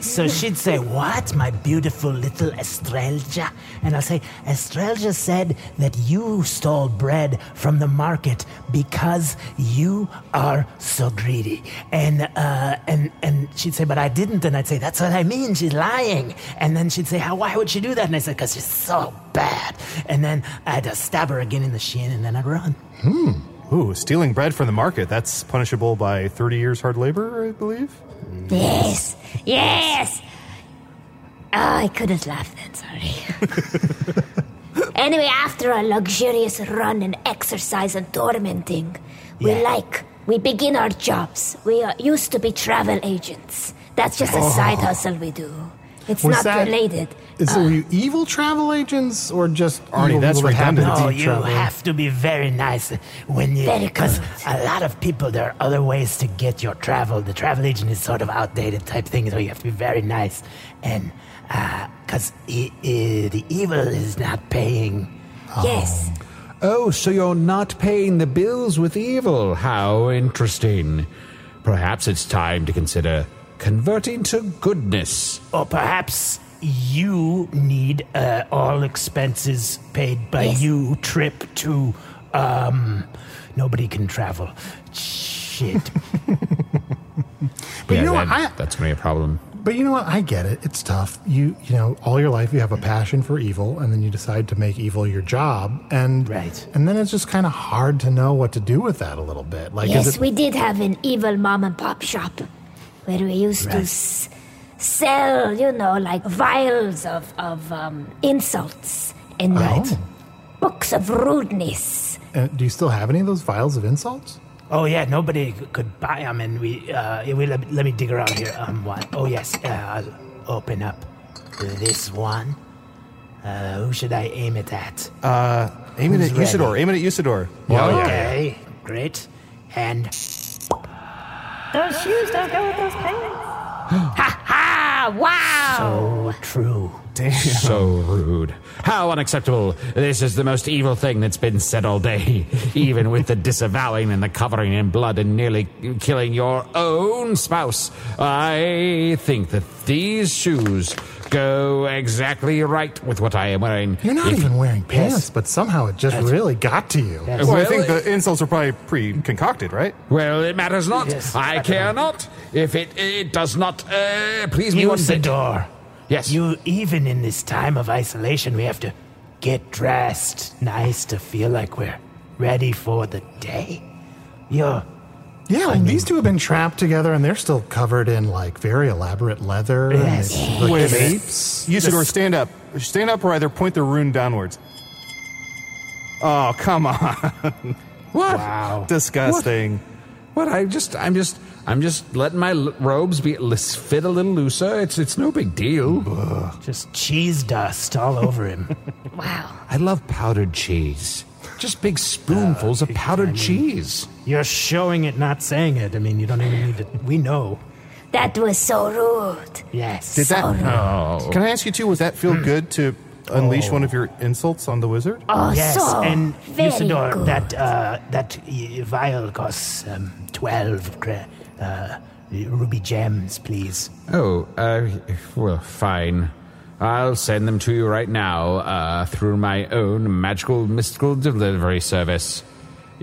Speaker 7: so she'd say, What, my beautiful little Estrella? And I'll say, Estrella said that you stole bread from the market because you are so greedy. And, uh, and, and she'd say, But I didn't. And I'd say, That's what I mean. She's lying. And then she'd say, How, Why would she do that? And I said, Because she's so bad. And then I'd uh, stab her again in the shin and then I'd run.
Speaker 4: Hmm. Ooh, stealing bread from the market. That's punishable by 30 years hard labor, I believe.
Speaker 6: Yes, yes. Oh, I couldn't laugh then, sorry. anyway, after a luxurious run and exercise and tormenting, we
Speaker 8: Yeah.
Speaker 6: like, we begin our jobs. We are, used to be travel agents. That's just a
Speaker 3: Oh.
Speaker 6: side hustle we do. It's
Speaker 3: Was
Speaker 6: not
Speaker 3: that-
Speaker 6: related.
Speaker 3: Is
Speaker 7: Uh.
Speaker 3: were you evil travel agents or just evil people that happen to
Speaker 7: No,
Speaker 3: be
Speaker 7: you
Speaker 3: travel?
Speaker 7: have to be very nice when you
Speaker 3: Very
Speaker 7: because a lot of people there are other ways to get your travel. The travel agent is sort of outdated type thing, so you have to be very nice and uh, because the evil is not paying.
Speaker 6: Yes.
Speaker 14: Oh, so you're not paying the bills with evil. How interesting. Perhaps it's time to consider converting to goodness.
Speaker 7: Or perhaps you need uh, all expenses paid by
Speaker 14: Yes.
Speaker 7: you trip to um nobody can travel. Shit.
Speaker 3: But you know what? I-
Speaker 14: that's going to be a problem.
Speaker 3: But you know what? I get it. It's tough. You you know, all your life you have a passion for evil, and then you decide to make evil your job, and right. and then it's just kind of hard to know what to do with that a little bit. Like,
Speaker 6: yes,
Speaker 3: is it,
Speaker 6: we did have an evil mom and pop shop where we used to
Speaker 3: Right.
Speaker 6: s- sell, you know, like vials of, of um, insults and
Speaker 7: Oh.
Speaker 3: Right.
Speaker 6: books of rudeness.
Speaker 3: uh, do you still have any of those vials of insults?
Speaker 7: Oh yeah, nobody c- could buy them, and we. Uh, yeah, we let, let me dig around here. Um, one. Oh yes, uh, I'll open up this one. Uh, who should I aim it at?
Speaker 4: Uh, aim it
Speaker 7: Who's
Speaker 4: at
Speaker 7: ready?
Speaker 4: Usador. Aim it at Usador.
Speaker 14: oh,
Speaker 7: okay, great. And
Speaker 8: Those shoes don't go with those pants.
Speaker 6: Ah, wow!
Speaker 7: so true. Damn.
Speaker 14: So rude. How unacceptable. This is the most evil thing that's been said all day, even with the disavowing and the covering in blood and nearly killing your own spouse. I think that these shoes go exactly right with what I am wearing.
Speaker 3: You're not
Speaker 14: If-
Speaker 3: even wearing
Speaker 14: Yes.
Speaker 3: pants, but somehow it just
Speaker 14: That's-
Speaker 3: really got to you.
Speaker 14: Yes. Well, I think the
Speaker 4: insults are probably pre concocted, right?
Speaker 14: Well, it matters not.
Speaker 3: Yes,
Speaker 14: I
Speaker 3: I
Speaker 14: care
Speaker 3: don't know.
Speaker 14: not. If it it does not uh, please me one
Speaker 7: Use the
Speaker 14: bit.
Speaker 7: door.
Speaker 14: Yes.
Speaker 7: You even in this time of isolation, we have to get dressed nice to feel like we're ready for the day. You're
Speaker 3: Yeah, well, these two have been trapped together, and they're still covered in like very elaborate leather. and it's, like,
Speaker 4: Wait a minute.
Speaker 3: apes.
Speaker 4: Usador, stand up. Stand up or either point the rune downwards. Oh, come on.
Speaker 5: What?
Speaker 4: Wow. Disgusting.
Speaker 5: What? I just, I'm just, I'm just letting my l- robes be l- fit a little looser. It's, it's no big deal.
Speaker 7: Just cheese dust all over him.
Speaker 6: wow.
Speaker 5: I love powdered cheese. Just big spoonfuls of powdered cheese.
Speaker 7: You're showing it, not saying it. I mean, you don't even need to. We know.
Speaker 6: That was so rude.
Speaker 7: Yes.
Speaker 4: Did that?
Speaker 6: So
Speaker 5: No.
Speaker 4: Can I ask you too? Was that feel good to unleash
Speaker 7: Oh.
Speaker 4: one of your insults on the wizard?
Speaker 7: yes, and
Speaker 6: very
Speaker 7: Usador,
Speaker 6: good.
Speaker 7: that uh, that y- vial costs um, twelve gra- uh, ruby gems, please.
Speaker 5: Oh, uh, well, fine. I'll send them to you right now uh, through my own magical mystical delivery service,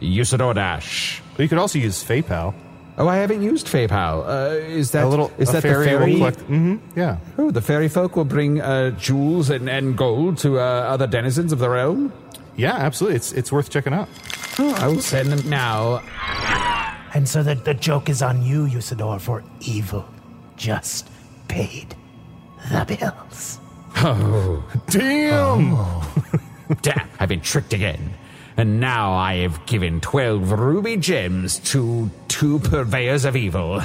Speaker 5: Usador Dash.
Speaker 4: You could also use FayPal.
Speaker 5: Oh, I haven't used FayPal. Uh, is that
Speaker 4: A little-
Speaker 5: Is
Speaker 4: a
Speaker 5: that
Speaker 4: fairy
Speaker 5: the
Speaker 4: will
Speaker 5: fairy?
Speaker 4: collect- Mhm, yeah.
Speaker 5: Oh, the fairy folk will bring uh, jewels and, and gold to uh, other denizens of the realm.
Speaker 4: Yeah, absolutely. It's it's worth checking out.
Speaker 5: Oh, I will send them now.
Speaker 7: And so the, the joke is on you, Usador, for evil. Just paid the bills.
Speaker 5: Oh,
Speaker 4: damn!
Speaker 5: damn! I've been tricked again, and now I have given twelve ruby gems to two purveyors of evil.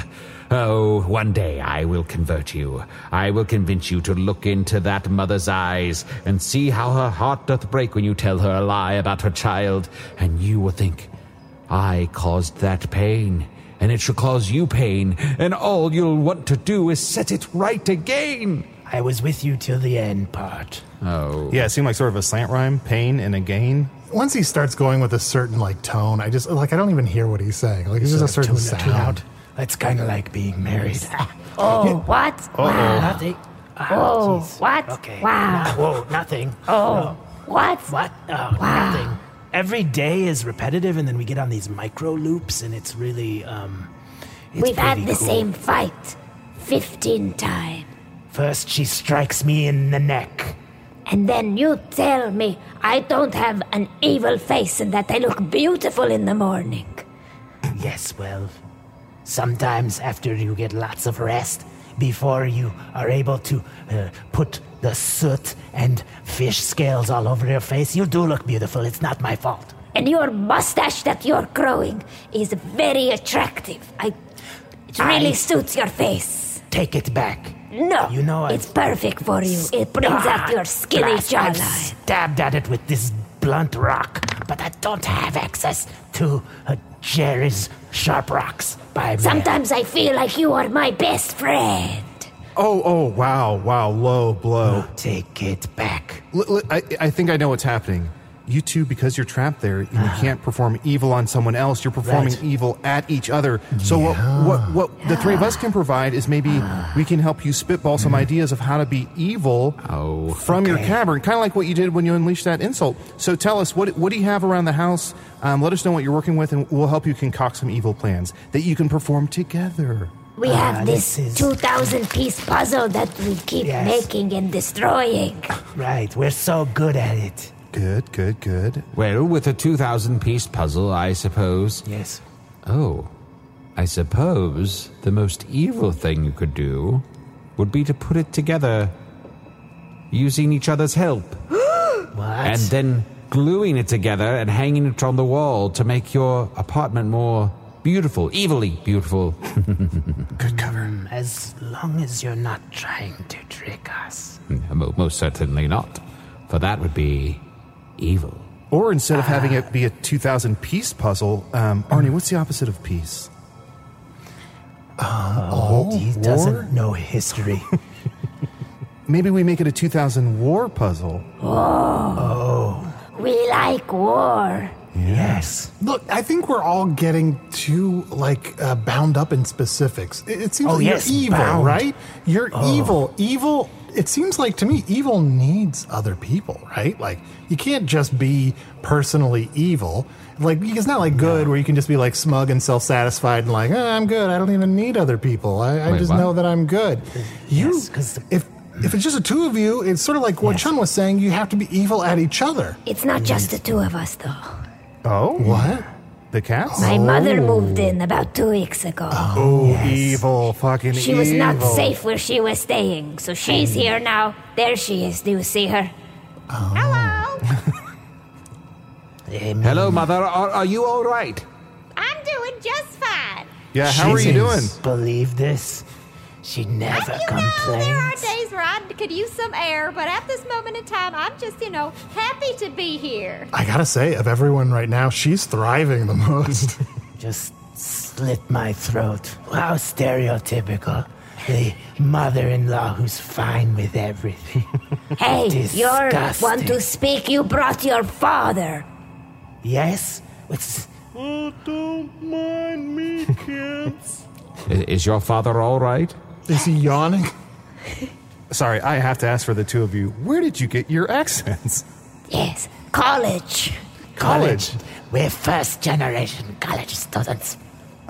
Speaker 5: Oh, one day I will convert you. I will convince you to look into that mother's eyes and see how her heart doth break when you tell her a lie about her child, and you will think, I caused that pain, and it shall cause you pain, and all you'll want to do is set it right again.
Speaker 7: I was with you till the end part.
Speaker 5: Oh.
Speaker 4: Yeah, it seemed like sort of a slant rhyme, pain and a gain.
Speaker 3: Once he starts going with a certain like tone, I just like I don't even hear what he's saying. Like it's just a
Speaker 7: Sort
Speaker 3: certain
Speaker 7: of tune- tune out.
Speaker 3: sound.
Speaker 7: That's kind of like being married.
Speaker 6: Oh, what? Wow.
Speaker 7: Nothing. Ah,
Speaker 6: Oh,
Speaker 7: jeez.
Speaker 6: what?
Speaker 7: Okay.
Speaker 6: Wow.
Speaker 7: No, whoa, nothing.
Speaker 6: Oh,
Speaker 7: No.
Speaker 6: what?
Speaker 7: What? Oh, nothing. Every day is repetitive, and then we get on these micro loops, and it's really, um. It's
Speaker 6: We've had
Speaker 7: pretty
Speaker 6: the
Speaker 7: cool.
Speaker 6: same fight 15 times.
Speaker 7: First, she strikes me in the neck.
Speaker 6: And then you tell me I don't have an evil face and that I look beautiful in the morning.
Speaker 7: Yes, well, sometimes after you get lots of rest, before you are able to uh, put the soot and fish scales all over your face, you do look beautiful. It's not my fault.
Speaker 6: And your mustache that you're growing is very attractive. I, it really
Speaker 7: I-
Speaker 6: suits your face.
Speaker 7: Take it back.
Speaker 6: No,
Speaker 7: You know
Speaker 6: it's
Speaker 7: I've-
Speaker 6: perfect for you. It brings out your skinny
Speaker 7: Blast, I've
Speaker 6: jawline.
Speaker 7: stabbed at it with this blunt rock, but I don't have access to uh, Jerry's sharp rocks by mail.
Speaker 6: Sometimes I feel like you are my best friend.
Speaker 4: Oh, oh, wow, wow, low blow.
Speaker 7: Take it back.
Speaker 4: L- l- I, I think I know what's happening. You two, because you're trapped there, and you can't perform evil on someone else. You're performing
Speaker 7: Uh-huh. Right.
Speaker 4: evil at each other. So what? What? What? The three of us can provide is maybe
Speaker 7: Uh.
Speaker 4: we can help you spitball
Speaker 7: Mm.
Speaker 4: some ideas of how to be evil
Speaker 7: Oh,
Speaker 4: from your cavern, kind of like what you did when you unleashed that insult. So tell us what what do you have around the house? Um, let us know what you're working with, and we'll help you concoct some evil plans that you can perform together.
Speaker 6: We
Speaker 4: Ah,
Speaker 7: Uh,
Speaker 6: have this, 2,000 piece puzzle that we keep
Speaker 7: Yes.
Speaker 6: making and destroying.
Speaker 7: Right, we're so good at it.
Speaker 4: Good, good, good.
Speaker 5: Well, with a 2,000 piece puzzle, I suppose.
Speaker 7: Yes.
Speaker 5: Oh, I suppose the most evil thing you could do would be to put it together using each other's help
Speaker 7: What?
Speaker 5: and then gluing it together and hanging it on the wall to make your apartment more beautiful, evilly beautiful.
Speaker 4: Good cover.
Speaker 7: as long as you're not trying to trick us.
Speaker 5: Mo- Most certainly not, for that would be evil.
Speaker 4: Or instead of having it be a 2,000 piece puzzle, um, Arnie, what's the opposite of piece?
Speaker 7: he doesn't know history.
Speaker 4: Maybe we make it a 2,000 war puzzle.
Speaker 6: We like war.
Speaker 7: yes.
Speaker 3: Look, I think we're all getting too like uh, bound up in specifics. It, it seems
Speaker 7: Oh,
Speaker 3: like
Speaker 7: yes,
Speaker 3: you're evil,
Speaker 7: bound.
Speaker 3: right? You're evil. Evil. It seems like to me, evil needs other people, right? Like you can't just be personally evil. Like it's not like good where you can just be like smug and self satisfied and like "Ah, I'm good. I don't even need other people. I, I
Speaker 5: Wait,
Speaker 3: just
Speaker 5: what?
Speaker 3: know that I'm good. You,
Speaker 7: Yes, 'cause the-
Speaker 3: if if it's just the two of you, it's sort of like what Chun was saying. You have to be evil at each other.
Speaker 6: It's not just the two of us, though.
Speaker 4: Oh?
Speaker 3: What?
Speaker 4: The cats?
Speaker 6: My mother moved in about two weeks ago.
Speaker 4: Oh, evil. Fucking
Speaker 6: She was not
Speaker 4: evil.
Speaker 6: safe where she was staying, so she's here now. There she is. Do you see her?
Speaker 15: Hello, mother. Are, are you all right?
Speaker 16: I'm doing just fine.
Speaker 4: Yeah, how are you doing?
Speaker 7: Believe this? She never
Speaker 16: There are
Speaker 7: complains.
Speaker 16: days where I could use some air, but at this moment in time, I'm just, you know, happy to be here.
Speaker 3: I gotta say, of everyone right now, she's thriving the most.
Speaker 7: Just slit my throat. How stereotypical. The mother in law who's fine with everything.
Speaker 6: Hey, you're one
Speaker 7: Disgusting.
Speaker 6: to speak. You brought your father.
Speaker 7: Yes? It's
Speaker 6: Oh, don't mind me, kids.
Speaker 15: I- Is your father all right?
Speaker 3: Is he yawning?
Speaker 4: Sorry, I have to ask for the two of you. Where did you get your accents?
Speaker 6: Yes, college.
Speaker 4: College.
Speaker 7: We're first generation college students.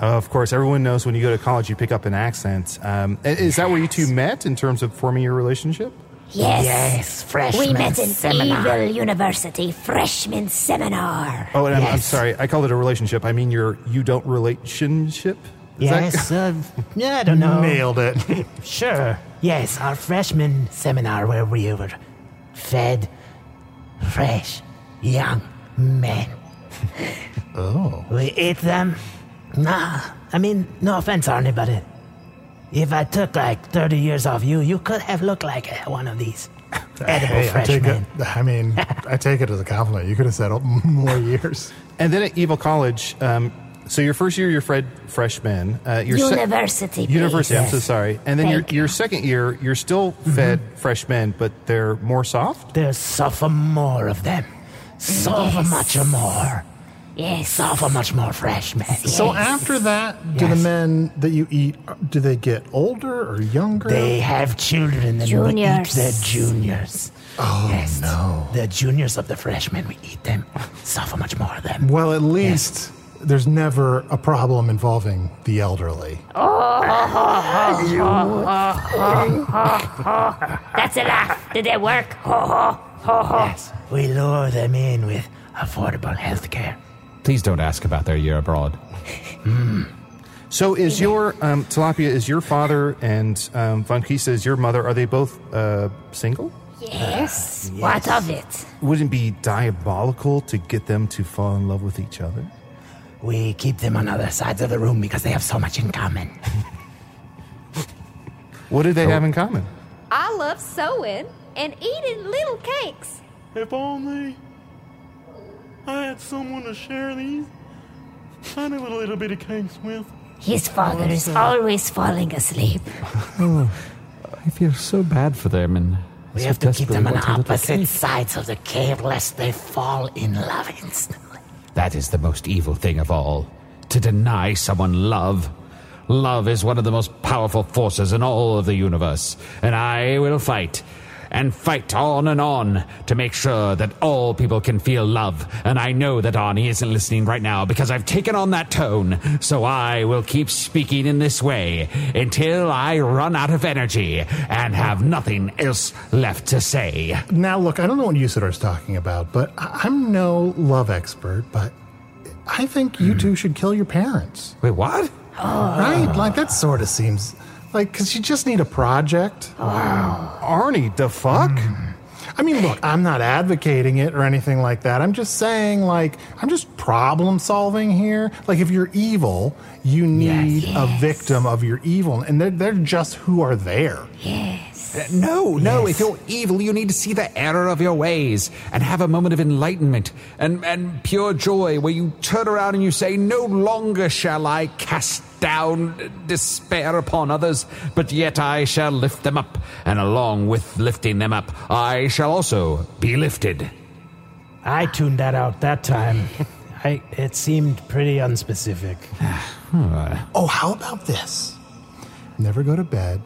Speaker 4: Uh, of course, everyone knows when you go to college, you pick up an accent. Um, i- is that where you two met in terms of forming your relationship?
Speaker 6: Yes. We
Speaker 7: freshman
Speaker 6: met in
Speaker 7: seminar.
Speaker 6: Evil University freshman seminar.
Speaker 4: Oh, and I'm, I'm
Speaker 6: Yes.
Speaker 4: sorry, I called it a relationship. I mean your you don't relationship. Is that-
Speaker 7: Yes, uh, yeah, I don't know.
Speaker 4: Nailed
Speaker 7: it. sure. Yes, our freshman seminar where we were fed fresh, young men.
Speaker 3: oh.
Speaker 7: We ate them. Nah, I mean, no offense, Arnie, but uh, if I took like 30 years off you, you could have looked like uh, one of these edible
Speaker 3: Hey, I, take it,
Speaker 7: freshmen.
Speaker 3: I mean, I take it as a compliment. You could have said oh, more years.
Speaker 4: And then at Evil College, um, so your first year, you're Fred freshman. Uh, your sec-
Speaker 6: University, please.
Speaker 4: university. I'm so
Speaker 6: Yes.
Speaker 4: sorry. And then your
Speaker 6: Thank
Speaker 4: your second year, you're still
Speaker 7: Mm-hmm.
Speaker 4: fed freshmen, but they're more soft.
Speaker 7: They're sophomore of them. Sophomore much more.
Speaker 6: Yes.
Speaker 7: Sophomore much more freshmen.
Speaker 3: So after that, do the men that you eat do they get older or younger?
Speaker 7: They have children and we eat their juniors. Oh no! The juniors of the freshmen, we eat them. Suffer much more of them.
Speaker 3: Well, at least there's never a problem involving the elderly.
Speaker 6: Oh, That's a laugh. Did it work? Ho ho ho ho.
Speaker 7: We lure them in with affordable health care.
Speaker 15: Please don't ask about their year abroad.
Speaker 4: Hmm. So is your um, tilapia? Is your father and um, Von Kisa is your mother? Are they both uh, single?
Speaker 6: Yes. What of it?
Speaker 4: Wouldn't it be diabolical to get them to fall in love with each other?
Speaker 7: We keep them on other sides of the room because they have so much in common.
Speaker 4: what do they have in common?
Speaker 16: I love sewing and eating little cakes.
Speaker 17: If only I had someone to share these tiny little, little bitty cakes with.
Speaker 6: His father is always falling asleep.
Speaker 5: Oh, I feel so bad for them, and
Speaker 7: We
Speaker 5: so
Speaker 7: have to keep
Speaker 5: desperately
Speaker 7: them on
Speaker 5: want a little
Speaker 7: opposite
Speaker 5: cake.
Speaker 7: sides of the cave lest they fall in love instantly.
Speaker 5: That is the most evil thing of all. To deny someone love. Love is one of the most powerful forces in all of the universe, and I will fight. And fight on and on to make sure that all people can feel love. And I know that Arnie isn't listening right now because I've taken on that tone. So I will keep speaking in this way until I run out of energy and have nothing else left to say.
Speaker 3: Now, look, I don't know what Usidar's talking about, but I- I'm no love expert, but I think
Speaker 4: Hmm.
Speaker 3: you two should kill your parents.
Speaker 5: Wait, what?
Speaker 3: Right? Like, that sort of seems like, because you just need a project. Wow.
Speaker 4: Arnie, the fuck?
Speaker 3: I mean, look, I'm not advocating it or anything like that. I'm just saying, like, I'm just problem solving here. Like, if you're evil, you need a victim of your evil, and they're, they're just who are there.
Speaker 6: Yes.
Speaker 5: Uh, No, no. If you're evil, you need to see the error of your ways and have a moment of enlightenment and, and pure joy where you turn around and you say, No longer shall I cast down despair upon others, but yet I shall lift them up. And along with lifting them up, I shall also be lifted.
Speaker 7: I tuned that out that time. I, it seemed pretty unspecific.
Speaker 3: Oh, how about this? Never go to bed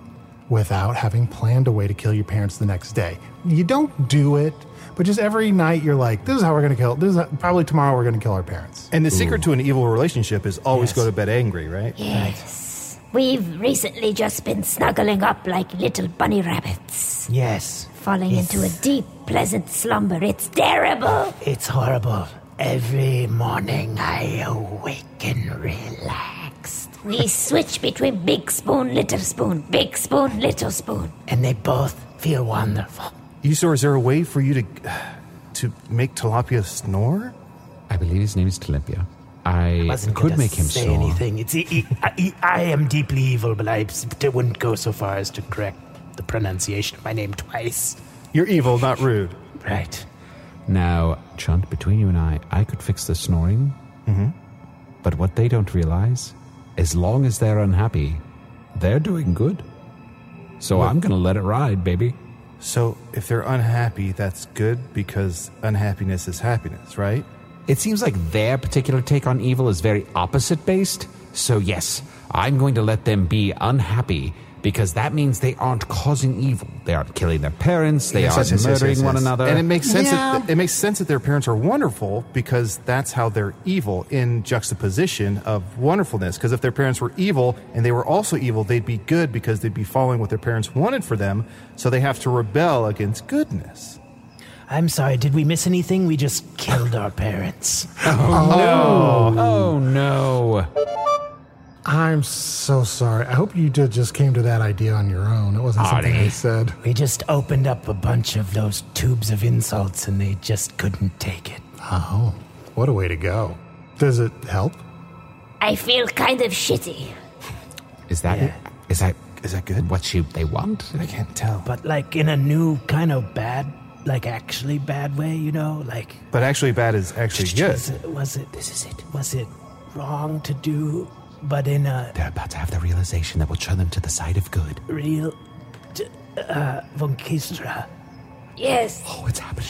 Speaker 3: without having planned a way to kill your parents the next day. You don't do it, but just every night you're like, this is how we're going to kill, this is how- probably tomorrow we're going to kill our parents.
Speaker 4: And the secret to an evil relationship is always
Speaker 3: Yes.
Speaker 4: go to bed angry, right?
Speaker 6: Yes. We've recently just been snuggling up like little bunny rabbits,
Speaker 7: Yes.
Speaker 6: falling into a deep, pleasant slumber. It's terrible.
Speaker 7: It's horrible. Every morning I awaken relaxed.
Speaker 6: We switch between big spoon, little spoon, big spoon, little spoon.
Speaker 7: And they both feel wonderful.
Speaker 4: Usador, is there a way for you to to make tilapia snore?
Speaker 5: I believe his name is Tilempia. I could
Speaker 7: gonna
Speaker 5: make him
Speaker 7: say
Speaker 5: so.
Speaker 7: anything. It's e- e- I, e- I am deeply evil, but I s- I wouldn't go so far as to correct the pronunciation of my name twice.
Speaker 4: You're evil, not rude.
Speaker 7: Right.
Speaker 5: Now, Chunt, between you and I, I could fix the snoring.
Speaker 4: Mm-hmm.
Speaker 5: But what they don't realize, as long as they're unhappy, they're doing good. So I'm going to let it ride, baby.
Speaker 4: So if they're unhappy, that's good because unhappiness is happiness, right?
Speaker 5: It seems like their particular take on evil is very opposite based. So, yes, I'm going to let them be unhappy because that means they aren't causing evil. They aren't killing their parents, they
Speaker 4: Yes,
Speaker 5: aren't
Speaker 4: yes, yes, yes,
Speaker 5: murdering
Speaker 4: yes,
Speaker 5: one
Speaker 4: yes.
Speaker 5: another.
Speaker 4: and it makes sense. That, it makes sense that their parents are wonderful because that's how they're evil in juxtaposition of wonderfulness. Because if their parents were evil and they were also evil, they'd be good because they'd be following what their parents wanted for them. So they have to rebel against goodness.
Speaker 7: I'm sorry, did we miss anything? We just killed our parents.
Speaker 5: Oh, no. Oh, no.
Speaker 3: I'm so sorry. I hope you did just came to that idea on your own. It wasn't something I said.
Speaker 7: We just opened up a bunch of those tubes of insults and they just couldn't take it.
Speaker 3: Oh, what a way to go. Does it help?
Speaker 6: I feel kind of shitty.
Speaker 5: Is that it? Is that is that good? What she they want? I can't tell.
Speaker 7: But like in a new kind of bad, like actually bad way, you know? Like,
Speaker 4: But actually, bad is actually good.
Speaker 7: was it, was it, this is it, was it wrong to do, but in a
Speaker 5: They're about to have the realization that will turn them to the side of good.
Speaker 7: real, d- uh, von Kistra,
Speaker 6: Yes.
Speaker 5: Oh, it's happening.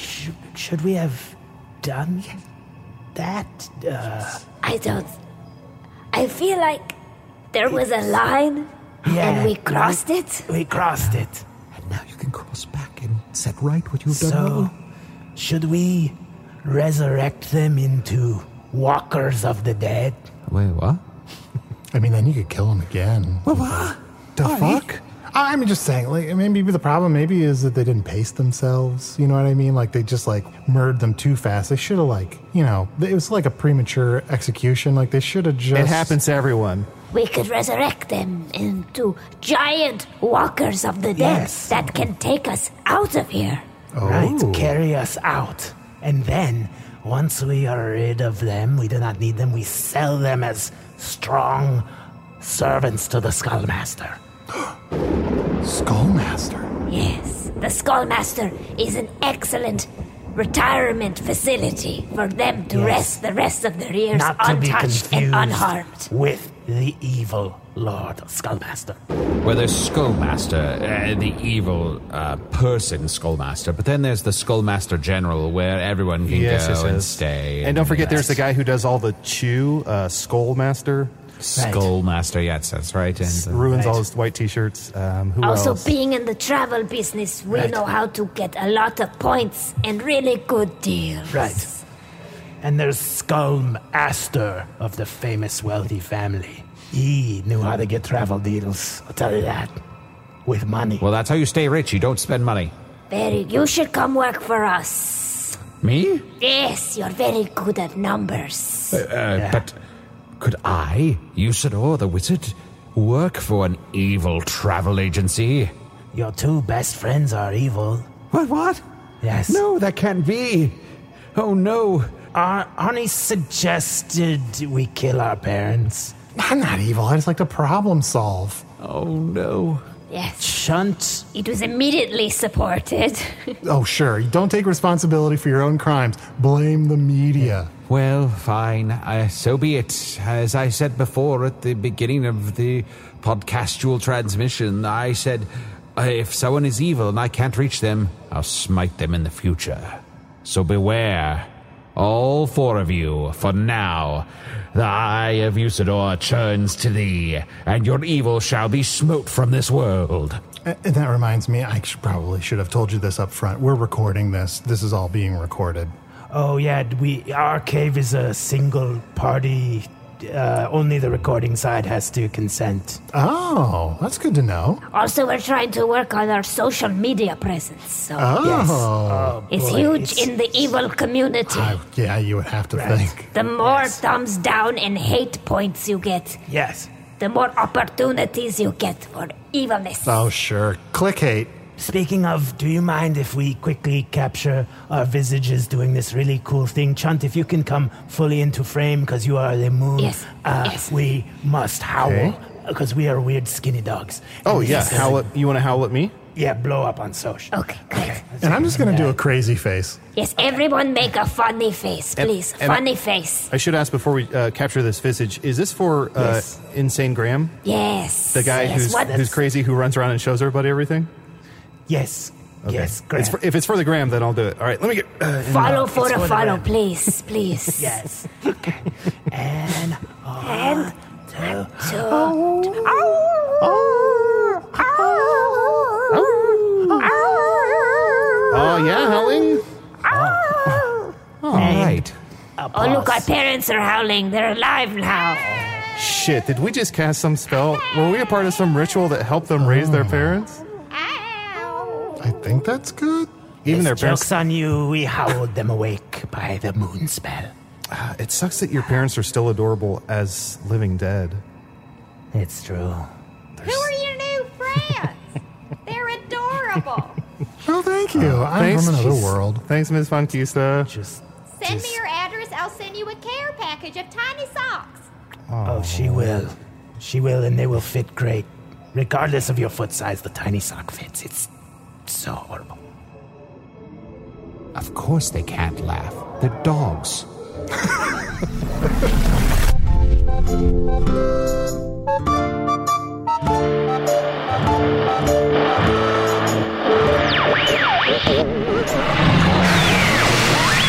Speaker 7: should we have done that? Uh,
Speaker 6: I don't. I feel like there was a line and we crossed it.
Speaker 7: We crossed it.
Speaker 5: Set right what you've
Speaker 7: so, should we resurrect them into walkers of the dead?
Speaker 5: Wait, what?
Speaker 3: I mean, then you could kill him again. What? The fuck? I- I'm just saying, like, maybe the problem maybe is that they didn't pace themselves. You know what I mean? Like, they just, like, murdered them too fast. They should have, like, you know, it was like a premature execution. Like, they should have just.
Speaker 4: It happens to everyone.
Speaker 6: We could resurrect them into giant walkers of the dead
Speaker 7: Yes.
Speaker 6: that can take us out of here.
Speaker 3: Oh.
Speaker 7: Right, carry us out. And then, once we are rid of them, we do not need them, we sell them as strong servants to the Skullmaster.
Speaker 3: Skullmaster?
Speaker 6: Yes, the Skullmaster is an excellent retirement facility for them to
Speaker 7: Yes.
Speaker 6: rest the rest of their years
Speaker 7: Not to be
Speaker 6: untouched and
Speaker 7: confused
Speaker 6: unharmed.
Speaker 7: with the evil Lord Skullmaster.
Speaker 5: Well, there's Skullmaster, uh, the evil uh, person Skullmaster, but then there's the Skullmaster General, where everyone can
Speaker 4: Yes,
Speaker 5: go
Speaker 4: yes,
Speaker 5: and
Speaker 4: yes.
Speaker 5: stay.
Speaker 4: And don't forget, there's the
Speaker 5: yes.
Speaker 4: guy who does all the chew, uh, Skullmaster.
Speaker 5: Skullmaster. Yeah, it says right. And uh,
Speaker 4: ruins all his white t-shirts. Um, who
Speaker 6: also,
Speaker 4: else?
Speaker 6: being in the travel business, we
Speaker 4: Right.
Speaker 6: know how to get a lot of points and really good deals.
Speaker 7: Right. And there's Skullmaster of the famous wealthy family. He knew how to get travel deals, I'll tell you that. With money.
Speaker 5: Well, that's how you stay rich. You don't spend money.
Speaker 6: Very. You should come work for us.
Speaker 5: Me?
Speaker 6: Yes, you're very good at numbers.
Speaker 5: Uh, uh, But could I, Usador the Wizard, work for an evil travel agency?
Speaker 7: Your two best friends are evil.
Speaker 5: What? What?
Speaker 7: Yes.
Speaker 5: No, that can't be. Oh no.
Speaker 7: Ar- Arnie suggested we kill our parents.
Speaker 3: I'm not evil. I just like to problem solve.
Speaker 5: Oh, no.
Speaker 6: Yes.
Speaker 7: Shunt.
Speaker 6: It was immediately supported.
Speaker 3: Oh, sure. You don't take responsibility for your own crimes. Blame the media.
Speaker 5: Well, fine. Uh, so be it. As I said before at the beginning of the podcastual transmission, I said uh, if someone is evil and I can't reach them, I'll smite them in the future. So beware, all four of you, for now. The eye of Usador turns to thee, and your evil shall be smote from this world.
Speaker 3: A- And that reminds me, I should, probably should have told you this up front. We're recording this. This is all being recorded.
Speaker 7: Oh yeah, we our cave is a single party. Uh, only the recording side has to consent.
Speaker 3: Oh, that's good to know.
Speaker 6: also, we're trying to work on our social media presence. So
Speaker 3: Yes. Oh,
Speaker 6: it's
Speaker 3: boy.
Speaker 6: huge in the evil community.
Speaker 3: Yeah, you would have to think.
Speaker 6: the more thumbs down and hate points you get,
Speaker 7: Yes.
Speaker 6: the more opportunities you get for evilness.
Speaker 3: Oh, sure. Click hate.
Speaker 7: Speaking of, do you mind if we quickly capture our visages doing this really cool thing? Chunt, if you can come fully into frame because you are the moon,
Speaker 8: Yes,
Speaker 7: uh,
Speaker 8: yes.
Speaker 7: we must
Speaker 4: Okay.
Speaker 7: howl because we are weird skinny dogs.
Speaker 4: Oh
Speaker 7: And
Speaker 4: yeah,
Speaker 7: this is-
Speaker 4: howl at, you want to howl at me?
Speaker 7: Yeah, blow up on social.
Speaker 6: Okay, good.
Speaker 3: And I'm just going to do a crazy face.
Speaker 6: Yes, everyone make a funny face,
Speaker 4: And-
Speaker 6: please.
Speaker 4: and-
Speaker 6: funny face.
Speaker 4: I should ask before we uh, capture this visage: Is this for uh,
Speaker 6: Yes.
Speaker 4: Insane Graham?
Speaker 6: Yes.
Speaker 4: The guy
Speaker 6: Yes,
Speaker 4: who's
Speaker 6: what-
Speaker 4: who's crazy who runs around and shows everybody everything.
Speaker 7: Yes. Yes, Graham.
Speaker 4: It's for, if it's for the Graham, then I'll do it. All right, let me get uh, in-
Speaker 6: Follow for
Speaker 4: It's
Speaker 6: a
Speaker 4: the
Speaker 6: follow,
Speaker 4: Graham.
Speaker 6: please, please.
Speaker 7: yes.
Speaker 6: And and two.
Speaker 4: Oh yeah, howling.
Speaker 6: All
Speaker 4: right.
Speaker 6: Oh look, our parents are howling. They're alive now.
Speaker 4: Shit! Did we just cast some spell? Were we a part of some ritual that helped them raise their parents?
Speaker 3: I think that's good.
Speaker 4: Even their
Speaker 7: Yes,
Speaker 4: parents.
Speaker 7: Joke's on you. We howled them awake by the moon spell.
Speaker 4: Ah, It sucks that your parents are still adorable as living dead.
Speaker 7: It's true.
Speaker 16: Who are your new friends? They're adorable.
Speaker 3: Oh, thank you. I'm from another world.
Speaker 4: Thanks, Uh, Miss Funkista.
Speaker 7: Just
Speaker 16: Send me your address. I'll send you a care package of tiny socks.
Speaker 7: Oh, she will. She will, and they will fit great. Regardless of your foot size, the tiny sock fits. It's so horrible.
Speaker 5: Of course they can't laugh. They're dogs.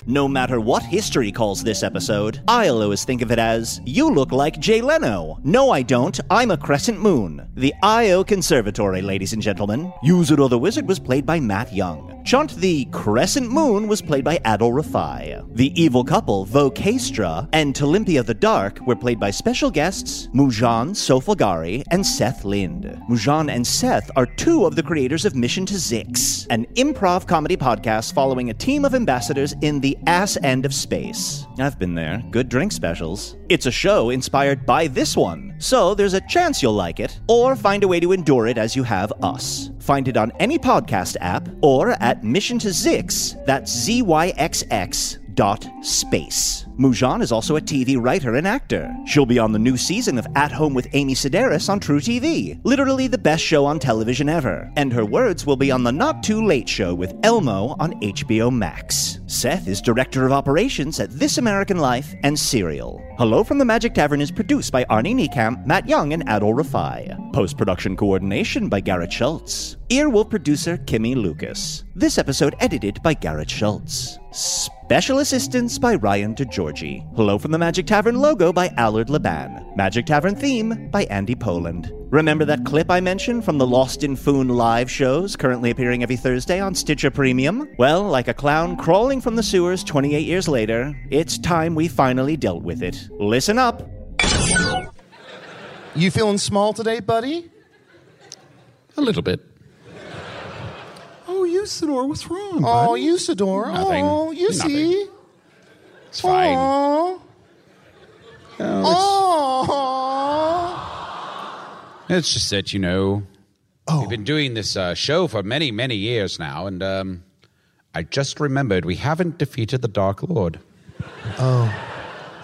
Speaker 2: No matter what history calls this episode, I'll always think of it as You look like Jay Leno. No, I don't. I'm a crescent moon. The IO Conservatory, ladies and gentlemen. User or the Wizard was played by Matt Young. Chunt the Crescent Moon was played by Adol Rafai. The evil couple, Vocastra, and Olympia the Dark were played by special guests Mujan Sofagari and Seth Lind. Mujan and Seth are two of the creators of Mission to Zix, an improv comedy podcast following a team of ambassadors in the ass end of space. I've been there. Good drink specials. It's a show inspired by this one, so there's a chance you'll like it, or find a way to endure it as you have us. Find it on any podcast app or at Mission to Zix, that's Z Y X X dot space. Mujan is also a TV writer and actor. She'll be on the new season of At Home with Amy Sedaris on True TV, literally the best show on television ever. And her words will be on the Not Too Late show with Elmo on HBO Max. Seth is director of operations at This American Life and Serial. Hello from the Magic Tavern is produced by Arnie Niekamp, Matt Young, and Adol Rafai. Post production coordination by Garrett Schultz. Earwolf producer Kimmy Lucas. This episode edited by Garrett Schultz. Special assistance by Ryan DeGiorgi. Hello from the Magic Tavern logo by Allard Laban. Magic Tavern theme by Andy Poland. Remember that clip I mentioned from the Lost in Foon live shows, currently appearing every Thursday on Stitcher Premium? Well, like a clown crawling from the sewers 28 years later, it's time we finally dealt with it. Listen up.
Speaker 4: You feeling small today, buddy?
Speaker 18: A little bit.
Speaker 4: Oh, Usador, what's wrong?
Speaker 18: Oh,
Speaker 4: buddy? Usador.
Speaker 18: Nothing.
Speaker 4: Oh, you
Speaker 18: Nothing.
Speaker 4: see?
Speaker 18: It's fine.
Speaker 4: Oh. Oh.
Speaker 18: It's just that you know, we've been doing this uh, show for many, many years now, and um, I just remembered we haven't defeated the Dark Lord.
Speaker 4: Oh.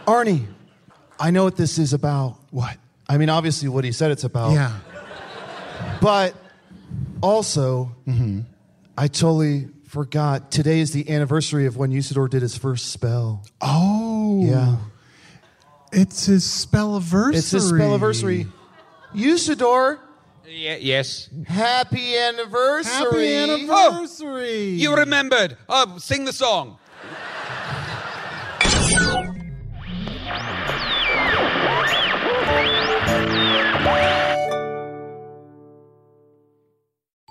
Speaker 4: Arnie, I know what this is about. What? I mean, obviously, what he said it's about.
Speaker 17: Yeah.
Speaker 4: But
Speaker 19: Also,
Speaker 3: Mm-hmm.
Speaker 19: I totally forgot. Today is the anniversary of when Usador did his first spell.
Speaker 3: Oh.
Speaker 19: Yeah.
Speaker 3: It's his spelliversary.
Speaker 19: It's his spelliversary.
Speaker 4: Usador,
Speaker 18: Yeah, yes.
Speaker 4: happy anniversary.
Speaker 18: Happy
Speaker 4: anniversary.
Speaker 18: You remembered. Oh, sing the song.